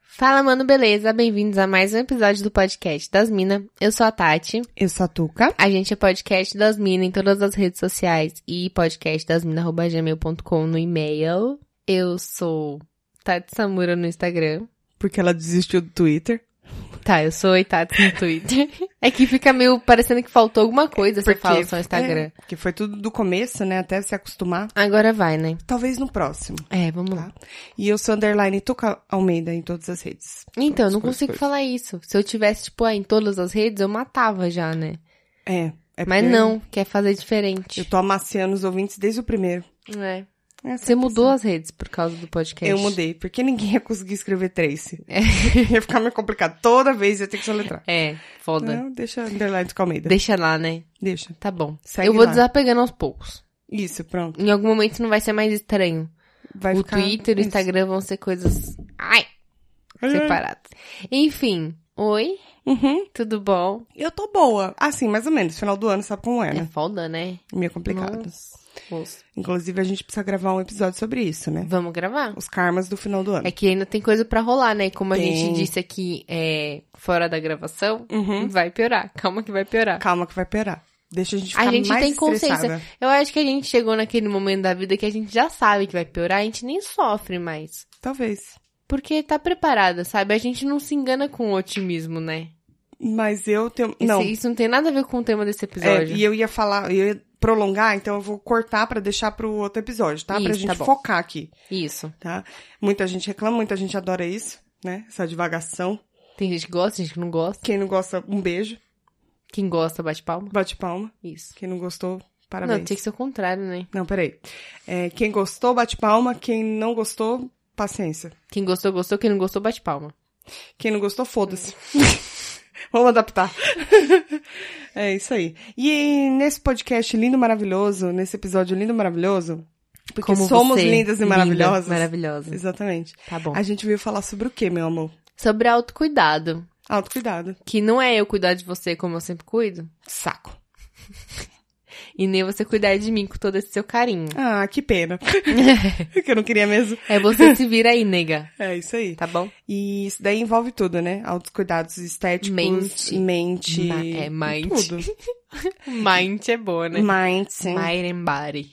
Fala, mano, beleza? Bem-vindos a mais um episódio do podcast das Minas. Eu sou a Tati. Eu sou a Tuca. A gente é podcast das Minas em todas as redes sociais e podcastdasmina.gmail.com no e-mail. Eu sou Tati Samura no Instagram. Porque ela desistiu do Twitter. Tá, eu sou Itati no Twitter. É que fica meio parecendo que faltou alguma coisa se Porque- fala só Instagram. É, porque foi tudo do começo, né? Até se acostumar. Agora vai, né? Talvez no próximo. É, vamos Tá. lá. E eu sou underline Tuca Almeida em todas as redes. Então, eu não Todas as consigo coisas. falar isso. Se eu tivesse, tipo, ah, em todas as redes, eu matava já, né? É. é Mas porque não, quer fazer diferente. Eu tô amaciando os ouvintes desde o primeiro. É. É, Você mudou as redes por causa do podcast? Eu mudei, porque ninguém ia conseguir escrever Trace. ia ficar meio complicado. Toda vez ia ter que soletrar. É, foda. Não, deixa underline Tuca Almeida. Deixa lá, né? Deixa. Tá bom. Segue eu vou lá. desapegando aos poucos. Isso, pronto. Em algum momento não vai ser mais estranho. Vai o ficar... Twitter e o isso. Uhum. Instagram vão ser coisas. Ai! Ai. Separadas. Enfim. Oi, Uhum. tudo bom? Eu tô boa. Assim, mais ou menos. Final do ano, sabe como é, É né? foda, né? Meio complicado. Nossa. Inclusive, a gente precisa gravar um episódio sobre isso, né? Vamos gravar? Os karmas do final do ano. É que ainda tem coisa pra rolar, né? Como a Tem. gente disse aqui é, fora da gravação, Uhum. vai piorar. Calma que vai piorar. Calma que vai piorar. Deixa a gente A ficar gente mais tem consciência. estressada. Eu acho que a gente chegou naquele momento da vida que a gente já sabe que vai piorar, a gente nem sofre mais. Talvez. Porque tá preparada, sabe? A gente não se engana com o otimismo, né? Mas eu tenho... Esse- não. isso não tem nada a ver com o tema desse É, episódio. e eu ia falar... Eu ia prolongar, então eu vou cortar pra deixar pro outro episódio, tá? pra Isso, gente tá bom. focar aqui, Isso. tá? Muita gente reclama, muita gente adora isso, né? Essa divagação. Tem gente que gosta, gente que não gosta. Quem não gosta, um beijo. Quem gosta, bate palma. Bate palma. Isso. Quem não gostou, parabéns. Não, tinha que ser o contrário, né? Não, peraí. É, quem gostou, bate palma. Quem não gostou, paciência. Quem gostou, gostou. Quem não gostou, bate palma. Quem não gostou, foda-se. Vamos adaptar. é isso aí. E nesse podcast lindo, maravilhoso, nesse episódio lindo, maravilhoso, porque Como somos você, lindas e linda, maravilhosas. maravilhosa. Exatamente. Tá bom. A gente veio falar sobre o que, meu amor? Sobre autocuidado. Autocuidado. Que não é eu cuidar de você como eu sempre cuido. Saco. E nem você cuidar de mim com todo esse seu carinho. Ah, que pena. que eu não queria mesmo. É você se vira aí, nega. É isso aí. Tá bom? E isso daí envolve tudo, né? Autocuidados estéticos, Mente. mente Ma- é, mind. tudo. Mind é boa, né? Mind, sim. Mind and body.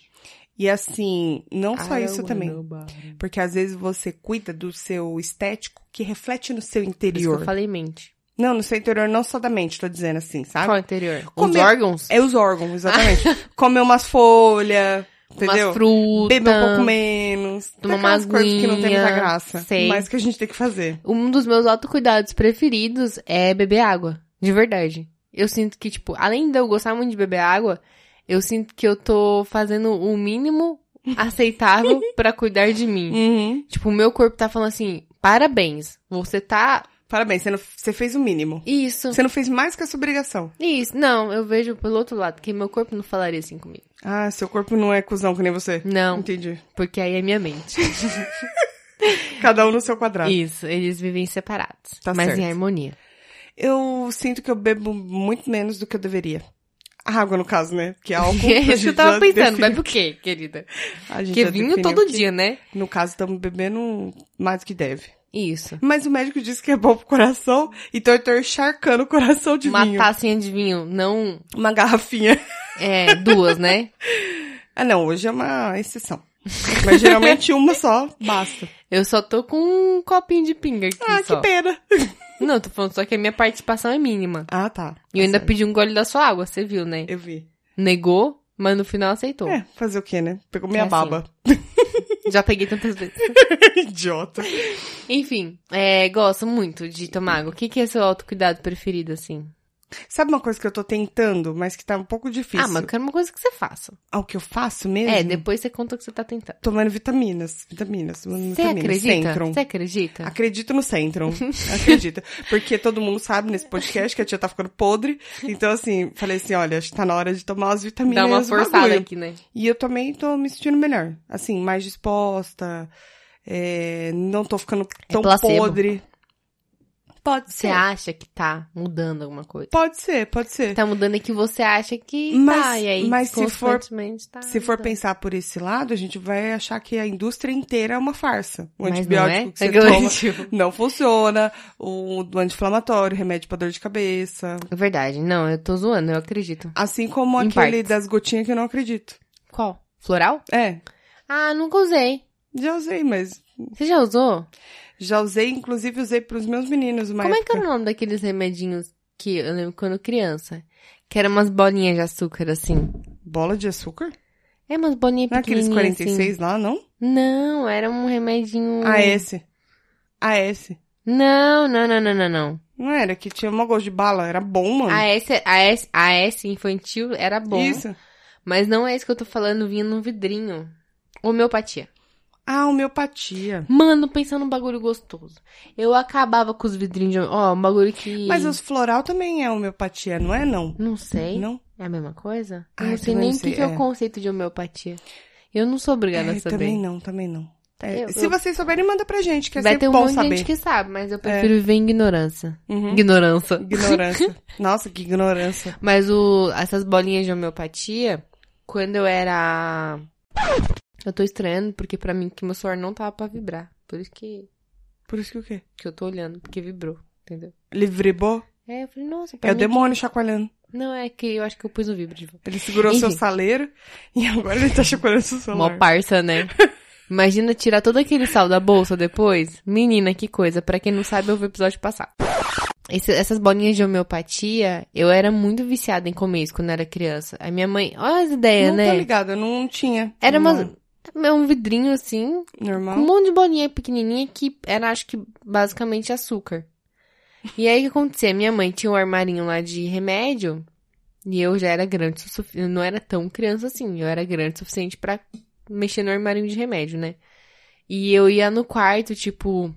E assim, não só isso também. Por Porque às vezes você cuida do seu estético que reflete no seu isso que eu interior. falei mente. Não, no seu interior, não só da mente, tô dizendo assim, sabe? Qual é interior? Os Comer- órgãos? É os órgãos, exatamente. Comer umas folhas, entendeu? Umas frutas. Beber um pouco menos. Tem tomar uma aquelas coisas que não tem muita aguinha, graça. sei. Mas que a gente tem que fazer. Um dos meus autocuidados preferidos é beber água. De verdade. Eu sinto que, tipo, além de eu gostar muito de beber água, eu sinto que eu tô fazendo o mínimo aceitável pra cuidar de mim. Uhum. Tipo, o meu corpo tá falando assim, parabéns, você tá... Parabéns, você, não- você fez o mínimo. Isso, Você não fez mais que a sua obrigação. isso. Não, eu vejo pelo outro lado, que meu corpo não falaria assim comigo. Ah, seu corpo não é cuzão que nem você. Não, Entendi. porque aí é minha mente. Cada um no seu quadrado. Isso, eles vivem separados, Tá mas em certo. harmonia. Eu sinto que eu bebo muito menos do que eu deveria. Água, no caso, né? Porque álcool. É isso que eu tava pensando, mas bebe o quê, querida? A gente Porque já vinho definiu todo que, dia, né? No caso, estamos bebendo mais do que deve. Isso. Mas o médico disse que é bom pro coração, então eu tô encharcando o coração de Uma vinho. tacinha de vinho, não... Uma garrafinha. É, duas, né? Ah, não, hoje é uma exceção. Mas geralmente uma só basta. Eu só tô com um copinho de pinga aqui Ah, só. que pena. Não, tô falando só que a minha participação é mínima. Ah, tá. E eu ainda Tá certo. pedi um gole da sua água, você viu, né? Eu vi. Negou, mas no final aceitou. É, fazer o quê, né? Pegou minha É assim. baba. Já peguei tantas vezes. Idiota. Enfim, é, gosto muito de tomar água. O que, que é seu autocuidado preferido, assim? Sabe uma coisa que eu tô tentando, mas que tá um pouco difícil? Uhum. Ah, mas eu quero uma coisa que você faça. Ao que eu faço mesmo? É, depois você conta o que você tá tentando. Tomando vitaminas. Vitaminas. tomando Você vitaminas. acredita? Centrum. Você acredita? Acredito no Centrum. Acredito. Porque todo mundo sabe nesse podcast que a tia tá ficando podre. Então, assim, falei assim: olha, acho que tá na hora de tomar as vitaminas. Dá uma do bagulho. forçada aqui, né? E eu também tô me sentindo melhor. Assim, mais disposta. é, não tô ficando tão placebo. podre. Pode Você ser. acha que tá mudando alguma coisa? Pode ser, pode ser. Tá mudando é que você acha que Mas- tá, e aí mas se for- consequentemente tá Se for mudando. pensar por esse lado, a gente vai achar que a indústria inteira é uma farsa. O Mas não antibiótico é? que você Aquela- toma não funciona, o do anti-inflamatório, remédio pra dor de cabeça. É Verdade, não, eu tô zoando, eu acredito. Assim como Em aquele partes. das gotinhas que eu não acredito. Qual? Floral? É, Ah, nunca usei. já usei, mas. Você já usou? Já usei, inclusive usei pros meus meninos, mas. Como é que era o nome daqueles remedinhos que eu lembro quando criança? Que eram umas bolinhas de açúcar, assim. Bola de açúcar? É umas bolinhas Não é aqueles pequenininhas, 46 lá, não? assim. Não, era um remedinho... AS. AS. Não, não, não, não, não, não. Não era que tinha uma gosto de bala, era bom, mano. A S, a, S, a S infantil era Ah, bom, Isso. mas não é isso que eu tô falando, vinha num vidrinho. Homeopatia. Ah, homeopatia. Mano, pensando num bagulho gostoso. Eu acabava com os vidrinhos de... Ó, um bagulho que... Mas os floral também é homeopatia, não é não? Não sei. Não? É a mesma coisa? Eu Ah, não eu sei nem também não o que, sei, que é. é. o conceito de homeopatia. Eu não sou obrigada É, a saber. também não, também não. É, Eu- se eu- vocês souberem, manda pra gente, que é Vai sempre ter um bom monte de saber. gente que sabe, mas eu prefiro viver em ignorância. Uhum. Ignorância. Ignorância. Nossa, que ignorância. Mas o, essas bolinhas de homeopatia, quando eu era. Eu tô estranhando, porque pra mim que meu suor não tava pra vibrar. Por isso que, Por isso que o quê? que eu tô olhando, porque vibrou, entendeu? Livribô? É, eu falei, nossa, pra É o mim demônio chacoalhando. que- Não, é que eu acho que eu pus tipo, o vibro de volta. Ele segurou seu Enfim. saleiro e agora ele tá chacoalhando seu Mó celular. parça, né? Imagina tirar todo aquele sal da bolsa depois. Menina, que coisa. Pra quem não sabe, eu vi o episódio passado. Esse- essas bolinhas de homeopatia, eu era muito viciada em comer isso quando era criança. A minha mãe, olha as ideias, não tô né? ligada, não tinha. Era uma, Não, é um vidrinho assim, com um Normal? monte de bolinha pequenininha que era, acho que, basicamente açúcar. E aí o que acontecia? Minha mãe tinha um armarinho lá de remédio e eu já era grande, o sufi- eu não era tão criança assim, eu era grande o suficiente pra mexer no armarinho de remédio, né? E eu ia no quarto, tipo,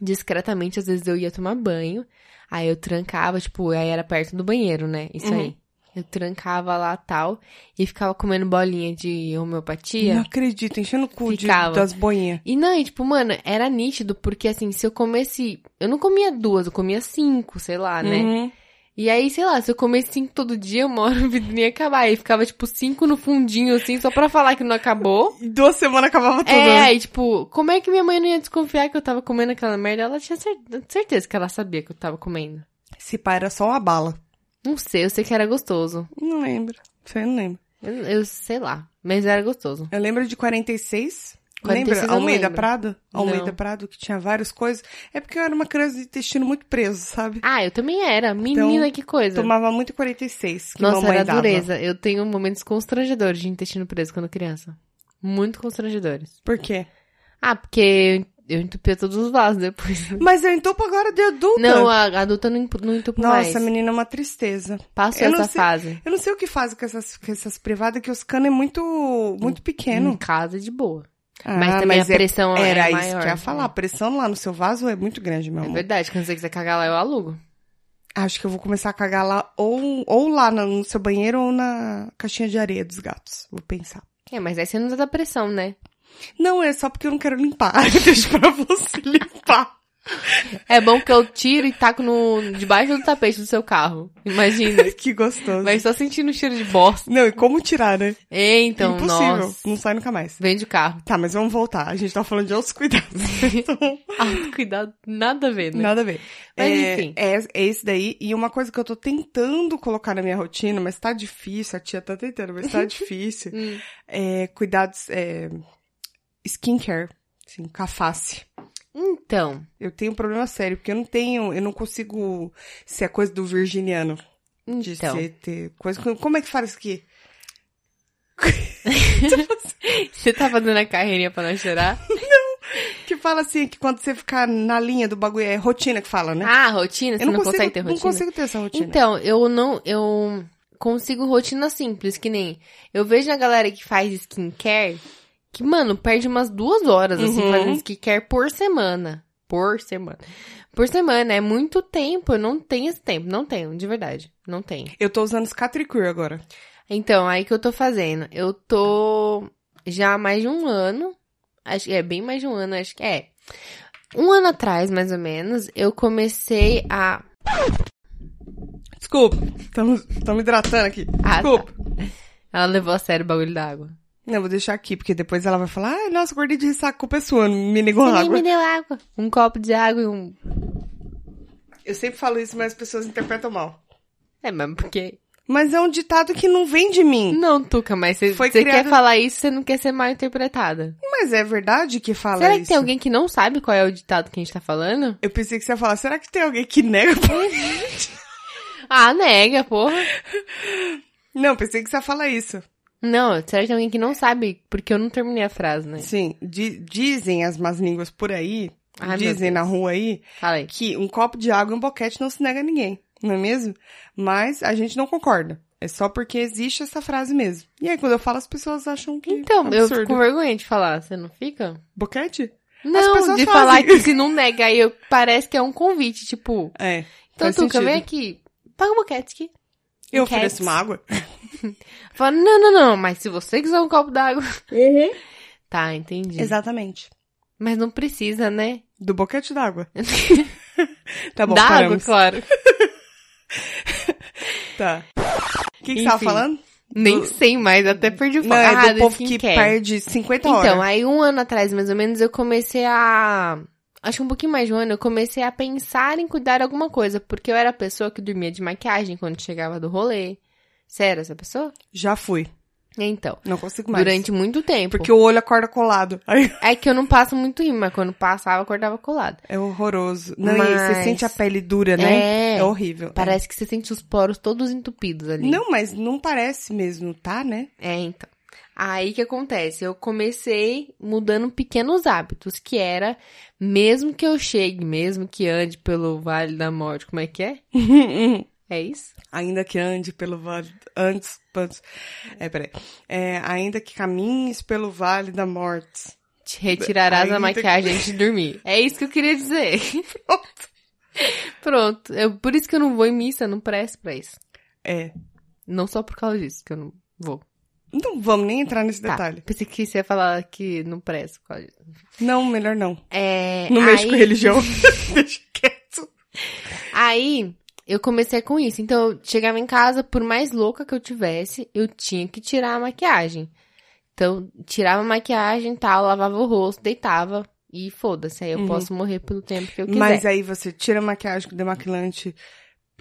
discretamente, às vezes eu ia tomar banho, aí eu trancava, tipo, aí era perto do banheiro, né? Isso Uhum. aí. Eu trancava lá tal e ficava comendo bolinha de homeopatia. Não acredito, enchendo o cu de, Ficava. das boinhas. E não, e tipo, mano, era nítido, porque assim, se eu comesse. Eu não comia duas, eu comia cinco, sei lá, né? Uhum. E aí, sei lá, se eu comesse cinco todo dia, uma hora o vidrinho ia acabar. E ficava, tipo, cinco no fundinho, assim, só pra falar que não acabou. E duas semanas acabava tudo. É, né? aí, tipo, como é que minha mãe não ia desconfiar que eu tava comendo aquela merda? Ela tinha cer- certeza que ela sabia que eu tava comendo. Se pá, era só uma bala. Não sei, eu sei que era gostoso. Não lembro. Você não lembra. Eu, eu sei lá, mas era gostoso. Eu lembro de 46. 46 eu lembra? não Almeida lembro. Prado? Almeida Não. Prado, que tinha várias coisas. É porque eu era uma criança de intestino muito preso, sabe? Ah, eu também era. Então, Menina, que coisa. Tomava muito 46, que Nossa, mamãe era dava. dureza. Eu tenho momentos constrangedores de intestino preso quando criança. Muito constrangedores. Por quê? Ah, porque eu entupia todos os vasos depois. Mas eu entupo agora de adulta. Não, a a adulta não, entupo- não entupo mais. Nossa, menina, é uma tristeza. Passou eu não essa sei- fase. Eu não sei o que fazem com essas, com essas privadas, que os canos é muito, muito pequeno. Em casa, de boa. é, Ah, Hum. mas também a é- pressão é era maior. isso que eu ia falar. A pressão lá no seu vaso é muito grande, meu É amor. verdade, quando você quiser cagar lá, eu alugo. Acho que eu vou começar a cagar lá, ou, ou lá na- no seu banheiro, ou na caixinha de areia dos gatos. Vou pensar. É, mas aí você não dá pressão, né? Não, é só porque eu não quero limpar. Eu deixo pra você limpar. É bom que eu tiro e taco no, debaixo do tapete do seu carro. Imagina. que gostoso. Vai só sentindo o cheiro de bosta. Não, e como tirar, né? É, então, Impossível. nossa. Não sai nunca mais. Vende o carro. Tá, mas vamos voltar. A gente tá falando de outros cuidados. Então, Ah, cuidado, nada a ver, né? nada a ver. Mas é, enfim. É, é esse daí. E uma coisa que eu tô tentando colocar na minha rotina, mas tá difícil. A tia tá tentando, mas tá difícil. Hum. É cuidados... É, skincare. Assim, com a face. Então, Eu tenho um problema sério, porque eu não tenho... Eu não consigo ser a coisa do virginiano. De então. ser, ter coisa. Como é que fala isso aqui? Você tá fazendo a carreirinha pra não chorar? Que fala assim, que quando você ficar na linha do bagulho, é rotina que fala, né? Ah, rotina? Você não, consegue ter rotina? Não consigo ter essa rotina. Então, eu não. Eu consigo rotina simples, que nem. Eu vejo a galera que faz skincare, que, mano, perde umas duas horas, assim, Uhum. fazendo skincare por semana. Por semana. Por semana, é muito tempo. Eu não tenho esse tempo. Não tenho, de verdade. Não tenho. Eu tô usando Scatricure agora. Então, aí que eu tô fazendo? Eu tô já há mais de um ano. Acho que é bem mais de um ano, acho que é. Um ano atrás, mais ou menos, eu comecei a. Desculpa, estamos hidratando aqui. Ah, Desculpa. Ela levou a sério o bagulho da água. Não, vou deixar aqui, porque depois ela vai falar, ai, nossa, acordei de ressaca, culpa é sua, não me negou Você nem água. me deu água. Um copo de água e um. Eu sempre falo isso, mas as pessoas interpretam mal. É, mas porque. Mas é um ditado que não vem de mim. Não, Tuca, mas você Foi você quer criado- falar isso, você não quer ser mal interpretada. Mas é verdade que fala Será isso. que tem alguém que não sabe qual é o ditado que a gente tá falando? Eu pensei que você ia falar, será que tem alguém que nega? Ah, nega, porra. não, pensei que você ia falar isso. Não, será que tem alguém que não sabe? Porque eu não terminei a frase, né? Sim, di- dizem as más línguas por aí, Ai, meu dizem na rua aí, Fala aí. que um copo de água e um boquete não se nega a ninguém, não é mesmo? Mas a gente não concorda. É só porque existe essa frase mesmo. E aí, quando eu falo, as pessoas acham que. Então, é eu absurdo. fico com vergonha de falar. Você não fica? Boquete? Não, pessoas de fazem. falar que se não nega, aí eu, parece que é um convite, tipo... É. Então, faz Tuca, sentido. vem aqui. Paga um boquete aqui. Eu Boquete. ofereço uma água. Fala, não, não, não, mas se você quiser um copo d'água... Tá, entendi. Exatamente. Mas não precisa, né? Do boquete d'água. tá bom, Dá água, paramos. claro. Tá. O que, que você tava Enfim. falando? Nem sei mais, até perdi o foco. Não, é Ah, do povo que skincare. perde 50 horas. Então, aí um ano atrás, mais ou menos, eu comecei a. Acho que um pouquinho mais de um ano, eu comecei a pensar em cuidar alguma coisa, porque eu era a pessoa que dormia de maquiagem quando chegava do rolê. Você era essa pessoa? Já fui. Então, Não consigo mais. durante muito tempo. Porque o olho acorda colado. Aí É que eu não passo muito rímel, mas quando passava, eu acordava colado. é horroroso. Não, e Mas- você sente a pele dura, né? É, horrível. parece que você sente os poros todos entupidos ali. Não, mas não parece mesmo, tá, né? É, então. Aí que acontece? Eu comecei mudando pequenos hábitos, que era, mesmo que eu chegue, mesmo que ande pelo Vale da Morte, como é que é? É isso? ainda que ande pelo vale. Antes. antes é, peraí. É, ainda que caminhes pelo vale da morte. Te retirarás a Ainda que- maquiagem antes de dormir. É isso que eu queria dizer. Pronto. Eu, por isso que eu não vou em missa, eu não presto pra isso. É. Não só por causa disso, que eu não vou. Não vamos nem entrar nesse Tá, detalhe. pensei que você ia falar que não presto por causa disso. Não, melhor não. É, Não mexe aí- com religião. Deixa quieto. Aí eu comecei com isso. Então, eu chegava em casa, por mais louca que eu tivesse, eu tinha que tirar a maquiagem. Então, tirava a maquiagem e tal, lavava o rosto, deitava e foda-se. Aí eu Uhum. posso morrer pelo tempo que eu quiser. Mas aí você tira a maquiagem com demaquilante,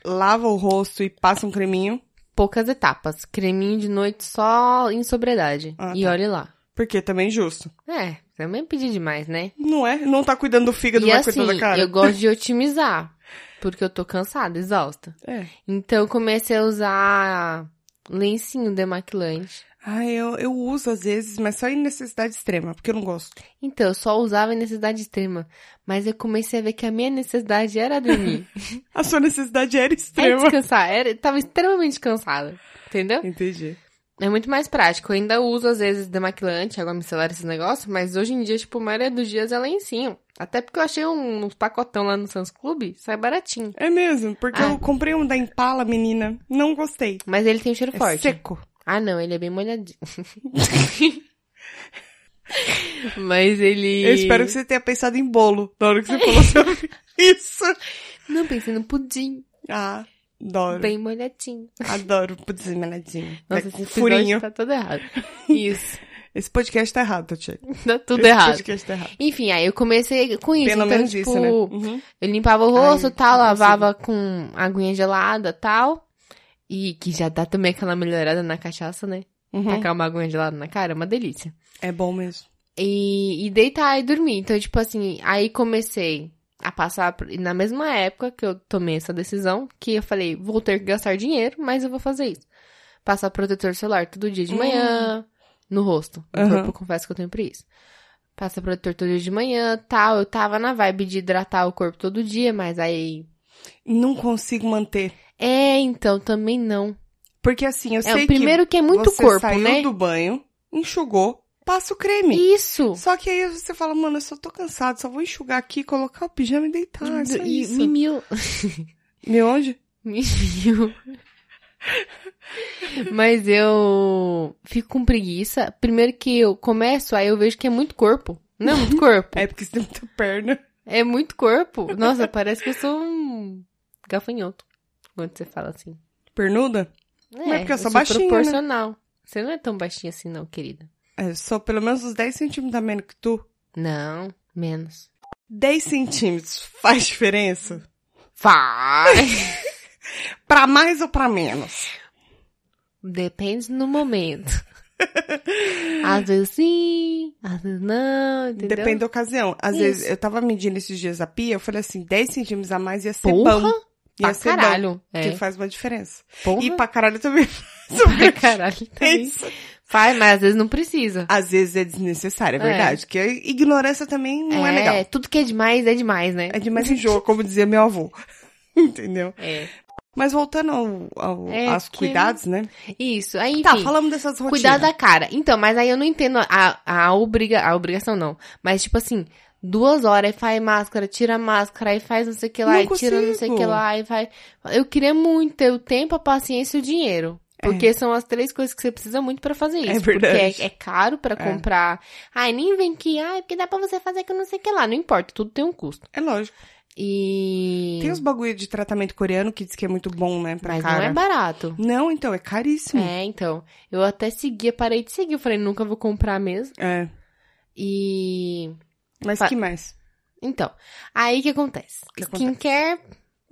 lava o rosto e passa um creminho. Poucas etapas. Creminho de noite só em sobriedade. Ah, e tá. olhe lá. Porque também é justo. É, também pedi demais, né? Não é? Não tá cuidando do fígado, e vai assim, cuidando da cara. eu gosto de otimizar. Porque eu tô cansada, exausta. É. Então, eu comecei a usar lencinho demaquilante. Ai, eu, eu uso às vezes, mas só em necessidade extrema, porque eu não gosto. Então, eu só usava em necessidade extrema. Mas eu comecei a ver que a minha necessidade era dormir. A sua necessidade era era extrema. descansar. Era, tava extremamente cansada. Entendeu? Entendi. É muito mais prático. Eu ainda uso, às vezes, demaquilante, água micelar, esses negócios. Mas hoje em dia, tipo, a maioria dos dias é lencinho. Até porque eu achei um, uns pacotão lá no Sans Club. Sai baratinho. É mesmo, porque Ah. eu comprei um da Impala, menina. Não gostei. Mas ele tem um cheiro É forte. seco. Ah, não. Ele é bem molhadinho. mas ele... Eu espero que você tenha pensado em bolo na hora que você falou sobre isso. Não, pensei no pudim. Ah, adoro. Bem molhadinho. Adoro pudim meladinho. Nossa, É com esse furinho. furinho tá todo errado. Isso. Esse podcast tá errado, Tchê. Tá tudo Esse errado. podcast tá errado. Enfim, aí eu comecei com isso. Pelo então, menos tipo, isso, né? Uhum. Eu limpava o rosto, Ai, tal, não lavava com aguinha gelada, tal. E que já dá também aquela melhorada na cachaça, né? Uhum. Tacar uma aguinha gelada na cara é uma delícia. É bom mesmo. E, e deitar e dormir. Então, tipo assim, aí comecei a passar por- na mesma época que eu tomei essa decisão, que eu falei, vou ter que gastar dinheiro, mas eu vou fazer isso. Passar protetor solar todo dia de Hum. manhã, no rosto. No Aham. corpo, eu confesso que eu tenho por isso. Passa protetor todo dia de manhã, tal. Eu tava na vibe de hidratar o corpo todo dia, mas aí... Não consigo manter. É, então, também não. Porque assim, eu É, sei o primeiro que, é que muito você corpo, saiu né? do banho, enxugou, passa o creme. Isso! Só que aí você fala, mano, eu só tô cansado, só vou enxugar aqui, colocar o pijama e deitar. é só e isso. mimil. Meu onde? Mimil. Mas eu fico com preguiça. Primeiro que eu começo, aí eu vejo que é muito corpo. Não é muito corpo. É porque você tem muita perna. É muito corpo. Nossa, parece que eu sou um gafanhoto. Quando você fala assim. Pernuda? É, Mas é porque eu sou baixinha, proporcional. Você não é tão baixinha assim não, querida. É, Eu sou pelo menos uns 10 centímetros a menos que tu. Não, menos. 10 centímetros faz diferença? Vai! Pra mais ou pra menos? Depende no momento. Às vezes sim, às vezes não, entendeu? Depende da ocasião. Às Isso. vezes, eu tava medindo esses dias a pia, eu falei assim, 10 centímetros a mais ia ser Porra, bom. Ia pra ser bom. caralho. Que É, faz uma diferença. porra, E pra tá caralho também faz uma pra caralho também. diferença. Faz, mas às vezes não precisa. Às vezes é desnecessário, é É. verdade. Porque ignorância também não é, legal. tudo que é demais é demais, né? É demais enjoo, como dizia meu avô. Entendeu? É. Mas voltando ao, ao- É aos que- cuidados, né? Isso, aí enfim. Tá, falamos dessas rotinas. Cuidar da cara. Então, mas aí eu não entendo a, a, obriga, a obrigação, não. Mas, tipo assim, duas horas, aí faz máscara, tira a máscara, aí faz não sei o que lá, Não aí tira não sei o que consigo. lá, aí vai. Eu queria muito ter o tempo, a paciência e o dinheiro. Porque são as três coisas que você precisa muito pra fazer isso. É verdade. Porque é, é caro pra comprar. Ai, nem vem que, ai, porque dá pra você fazer que não sei o que lá. Não importa, tudo tem um custo. É lógico. E. Tem os bagulho de tratamento coreano que diz que é muito bom, né? Pra Mas cara. não é barato. Não, então, é caríssimo. É, então. Eu até seguia, parei de seguir. Eu falei, nunca vou comprar mesmo. É. E. Mas Fa- que mais? Então. Aí o que acontece? Que acontece? Skincare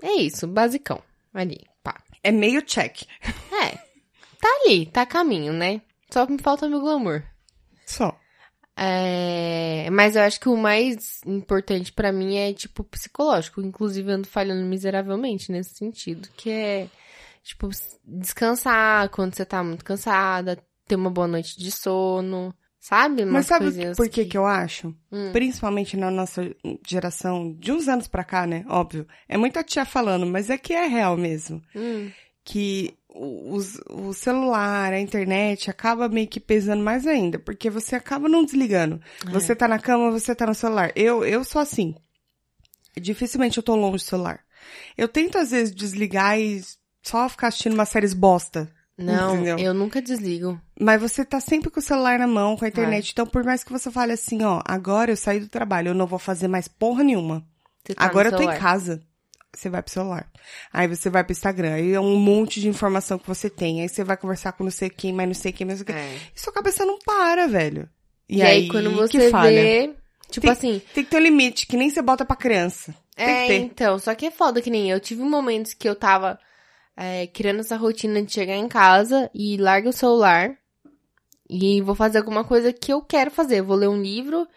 é isso, basicão. Ali, pá. É meio check. É. Tá ali, tá a caminho, né? Só me falta meu glamour. Só. É, mas eu acho que o mais importante pra mim é, tipo, psicológico. Inclusive, eu ando falhando miseravelmente nesse sentido, que é, tipo, s- descansar quando você tá muito cansada, ter uma boa noite de sono, sabe? Umas Mas sabe coisinhas por que, que eu acho? Hum. Principalmente na nossa geração, de uns anos pra cá, né? Óbvio. É muita tia falando, mas é que é real mesmo. Hum, que o, os- o celular, a internet acaba meio que pesando mais ainda, porque você acaba não desligando. É. Você tá na cama, você tá no celular. Eu, eu sou assim. Dificilmente eu tô longe do celular. Eu tento às vezes desligar e só ficar assistindo umas séries bosta. não, Entendeu? eu nunca desligo. Mas você tá sempre com o celular na mão, com a internet. Então, por mais que você fale assim, ó, agora eu saí do trabalho, eu não vou fazer mais porra nenhuma. Você tá no Agora eu tô em celular. casa. Você vai pro celular. Aí você vai pro Instagram. Aí é um monte de informação que você tem. Aí você vai conversar com não sei quem, mas não sei quem, mas não sei quem. É. E sua cabeça não para, velho. E, aí, quando você que falha. vê, tipo Tem- assim, Tem que ter um limite, que nem você bota pra criança. Tem É, que ter. então, só que é foda que nem eu. Tive momentos que eu tava é, criando essa rotina de chegar em casa e larga o celular e vou fazer alguma coisa que eu quero fazer. Vou ler um livro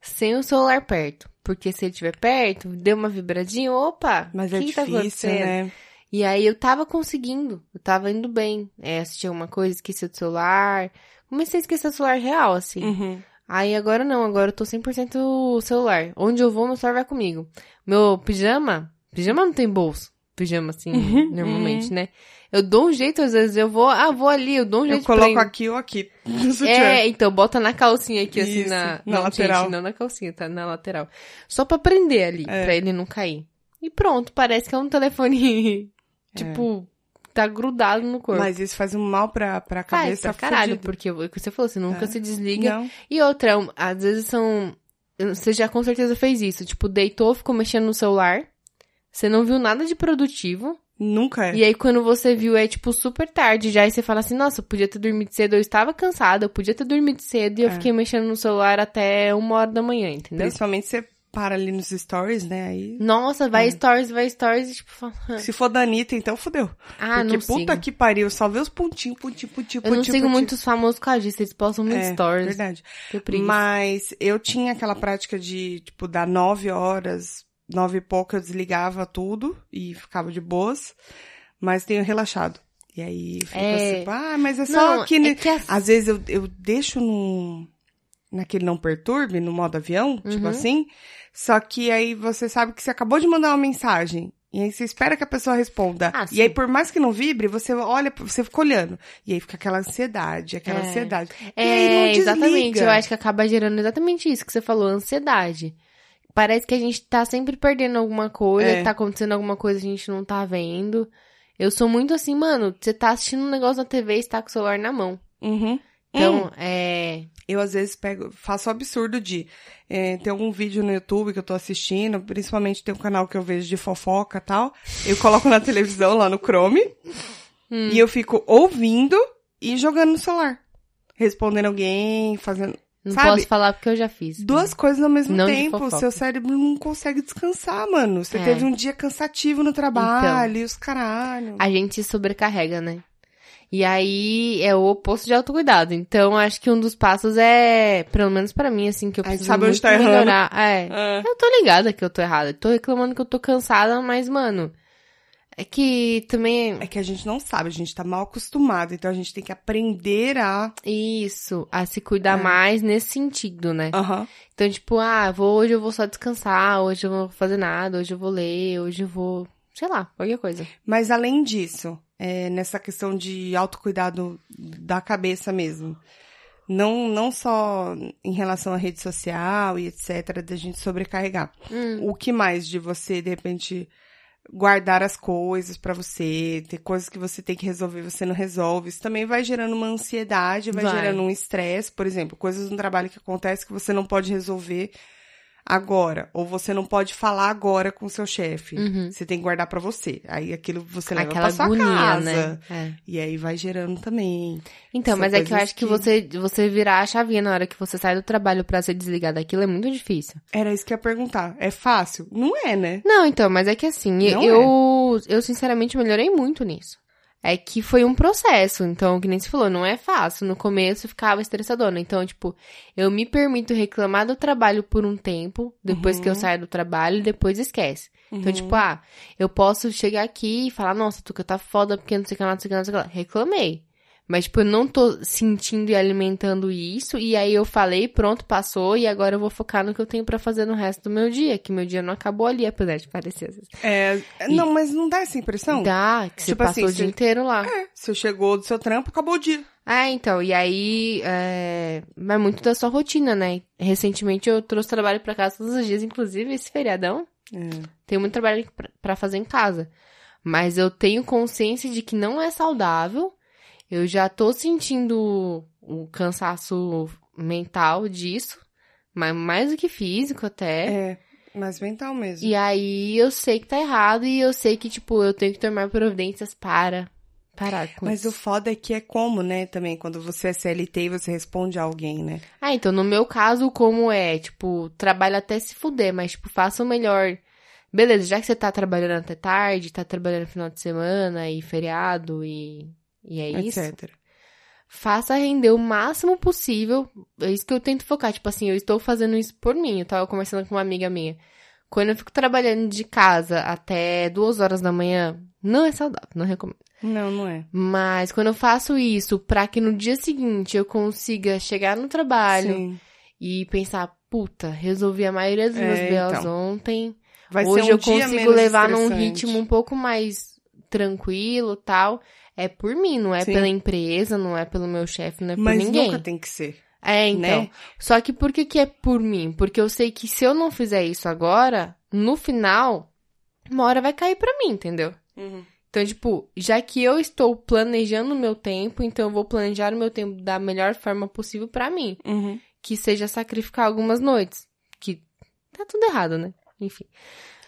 sem o celular perto. Porque se ele estiver perto, deu uma vibradinha, opa, Mas o é que que tá difícil, acontecendo? né? E aí eu tava conseguindo, eu tava indo bem. É, assisti alguma coisa, esqueci o celular. Comecei a esquecer o celular real, assim. Uhum. Aí agora não, agora eu tô 100% celular. Onde eu vou, meu celular vai comigo. Meu pijama, pijama não tem bolso. Pijama, assim, Uhum, normalmente, uhum. né? Eu dou um jeito, às vezes eu vou, ah, vou ali, eu dou um jeito Eu coloco pra ir. aqui ou aqui. No sutiã. É, então, bota na calcinha aqui, assim, Isso, na, na não, lateral. Gente, não na calcinha, tá na lateral. Só pra prender ali, É. pra ele não cair. E pronto, parece que é um telefone, tipo, tá grudado no corpo. É. Mas isso faz um mal pra, pra Faz cabeça pra caralho, fudido. porque o que você falou, você nunca É. se desliga Não. e outra, um, às vezes são. Você já com certeza fez isso. Tipo, deitou, ficou mexendo no celular. Você não viu nada de produtivo. Nunca é. E aí, quando você viu, é tipo super tarde já. E você fala assim: Nossa, eu podia ter dormido cedo. Eu estava cansada, eu podia ter dormido cedo. E eu É. fiquei mexendo no celular até uma hora da manhã, entendeu? Principalmente você para ali nos stories, né? Aí. Nossa, vai stories, vai stories. E tipo, fala, Se for da Anitta, então fudeu. ah, Porque não puta sigo. que pariu, só vê os pontinhos, pontinho, pontinho, Eu não pontinho, sigo pontinho. muitos famosos com a gente. Eles postam muitos É, stories. Verdade. Que preguiça. Mas eu tinha aquela prática de, tipo, dar nove horas, nove e pouco eu desligava tudo e ficava de boas, mas tenho relaxado. E aí fica É. assim, ah, mas é só Não, que... ne- é que as- Às vezes eu, eu deixo num... naquele não perturbe, no modo avião, tipo Uhum. assim, só que aí você sabe que você acabou de mandar uma mensagem. E aí você espera que a pessoa responda. Ah, e aí, sim. por mais que não vibre, você olha, você fica olhando. E aí fica aquela ansiedade, aquela É. ansiedade. E aí não É, desliga. exatamente. Eu acho que acaba gerando exatamente isso que você falou, ansiedade. Parece que a gente tá sempre perdendo alguma coisa, É. tá acontecendo alguma coisa que a gente não tá vendo. Eu sou muito assim, mano, você tá assistindo um negócio na TV e está com o celular na mão. Uhum. Então, é. Eu, às vezes, pego, faço o absurdo de é, ter algum vídeo no YouTube que eu tô assistindo, principalmente tem um canal que eu vejo de fofoca e tal. Eu coloco na televisão, lá no Chrome, Hum. e eu fico ouvindo e jogando no celular. Respondendo alguém, fazendo. Não sabe? posso falar porque eu já fiz. Duas coisas ao mesmo Não de tempo. fofoca. Seu cérebro não consegue descansar, mano. Você É. Então. teve um dia cansativo no trabalho, e os caralho. A gente se sobrecarrega, né? E aí é o oposto de autocuidado. Então, acho que um dos passos é, pelo menos pra mim, assim, que eu A gente preciso sabe onde muito tá errando. melhorar. É. Ah, Eu tô ligada que eu tô errada. Tô reclamando que eu tô cansada, mas, mano, é que também. É que a gente não sabe, a gente tá mal acostumado, então a gente tem que aprender a. é Isso, a se cuidar É. mais nesse sentido, né? Aham. Então, tipo, ah, vou, hoje eu vou só descansar, hoje eu não vou fazer nada, hoje eu vou ler, hoje eu vou. Sei lá, qualquer coisa. Mas além disso, é, nessa questão de autocuidado da cabeça mesmo. Não, não só em relação à rede social e etc., da gente sobrecarregar. Hum, O que mais de você, de repente, guardar as coisas pra você, ter coisas que você tem que resolver e você não resolve? Isso também vai gerando uma ansiedade, vai, Vai. gerando um estresse, por exemplo, coisas no trabalho que acontecem que você não pode resolver agora, ou você não pode falar agora com seu chefe. uhum. Você tem que guardar pra você. Aí aquilo você leva Aquela pra sua agonia, casa. né? É. E aí vai gerando também. Então, São mas é que eu coisas acho que, que- você você virar a chavinha na hora que você sai do trabalho pra se desligar daquilo é muito difícil. Era isso que eu ia perguntar. É fácil? Não é, né? Não, então, mas é que assim, eu Não é. eu, eu sinceramente melhorei muito nisso. É que foi um processo, então, que nem se falou, não é fácil. No começo eu ficava estressadona. Então, tipo, eu me permito reclamar do trabalho por um tempo, depois que eu Uhum. saio do trabalho, depois esquece. Então, tipo, ah, eu posso chegar aqui e falar, nossa, Tuca tá foda porque não sei o que lá, não sei o que lá, não sei o que lá. Reclamei. Mas, tipo, eu não tô sentindo e alimentando isso. E aí eu falei, pronto, passou. E agora eu vou focar no que eu tenho pra fazer no resto do meu dia. Que meu dia não acabou ali, apesar de parecer. às vezes. É, não, mas não dá essa impressão? Dá, que você tipo passou assim, o dia você- inteiro lá. Você chegou do seu trampo, acabou o dia. Ah, então, e aí, é... mas muito da sua rotina, né? Recentemente eu trouxe trabalho pra casa todos os dias, inclusive esse feriadão. É. Tenho muito trabalho pra- pra fazer em casa. Mas eu tenho consciência de que não é saudável. Eu já tô sentindo o cansaço mental disso, mas mais do que físico até. É. mas mental mesmo. E aí eu sei que tá errado e eu sei que, tipo, eu tenho que tomar providências para parar com Mas isso. o foda é que é como, né, também, quando você é CLT e você responde a alguém, né? Ah, então no meu caso, como é? Tipo, trabalho até se fuder, mas, tipo, faça o melhor. Beleza, já que você tá trabalhando até tarde, tá trabalhando final de semana e feriado e, e é isso. etc. Faça render o máximo possível. É isso que eu tento focar. Tipo assim, eu estou fazendo isso por mim. Eu tava conversando com uma amiga minha. Quando eu fico trabalhando de casa até duas horas da manhã, não é saudável, não recomendo. Não, não é. Mas quando eu faço isso pra que no dia seguinte eu consiga chegar no trabalho, Sim. e pensar, puta, resolvi a maioria dos meus É, belas então. ontem. Vai Hoje ser um eu dia consigo menos levar num estressante. ritmo um pouco mais tranquilo tal. É por mim, não é Sim. pela empresa, não é pelo meu chefe, não é Mas por ninguém. nunca tem que ser, É, então. né? Só que por que, que é por mim? Porque eu sei que se eu não fizer isso agora, no final, uma hora vai cair pra mim, entendeu? Então, tipo, já que eu estou planejando o meu tempo, então eu vou planejar o meu tempo da melhor forma possível pra mim Uhum. que seja sacrificar algumas noites. Que tá tudo errado, né? Enfim.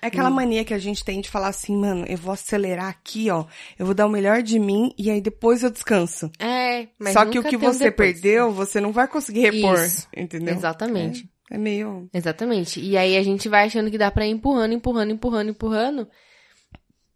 É aquela Hum. mania que a gente tem de falar assim, mano, eu vou acelerar aqui, ó. Eu vou dar o melhor de mim e aí depois eu descanso. É, mas Só que o nunca que tem um você depois. perdeu, você não vai conseguir repor, Isso. entendeu? Exatamente. É meio... Exatamente. E aí a gente vai achando que dá pra ir empurrando, empurrando, empurrando, empurrando.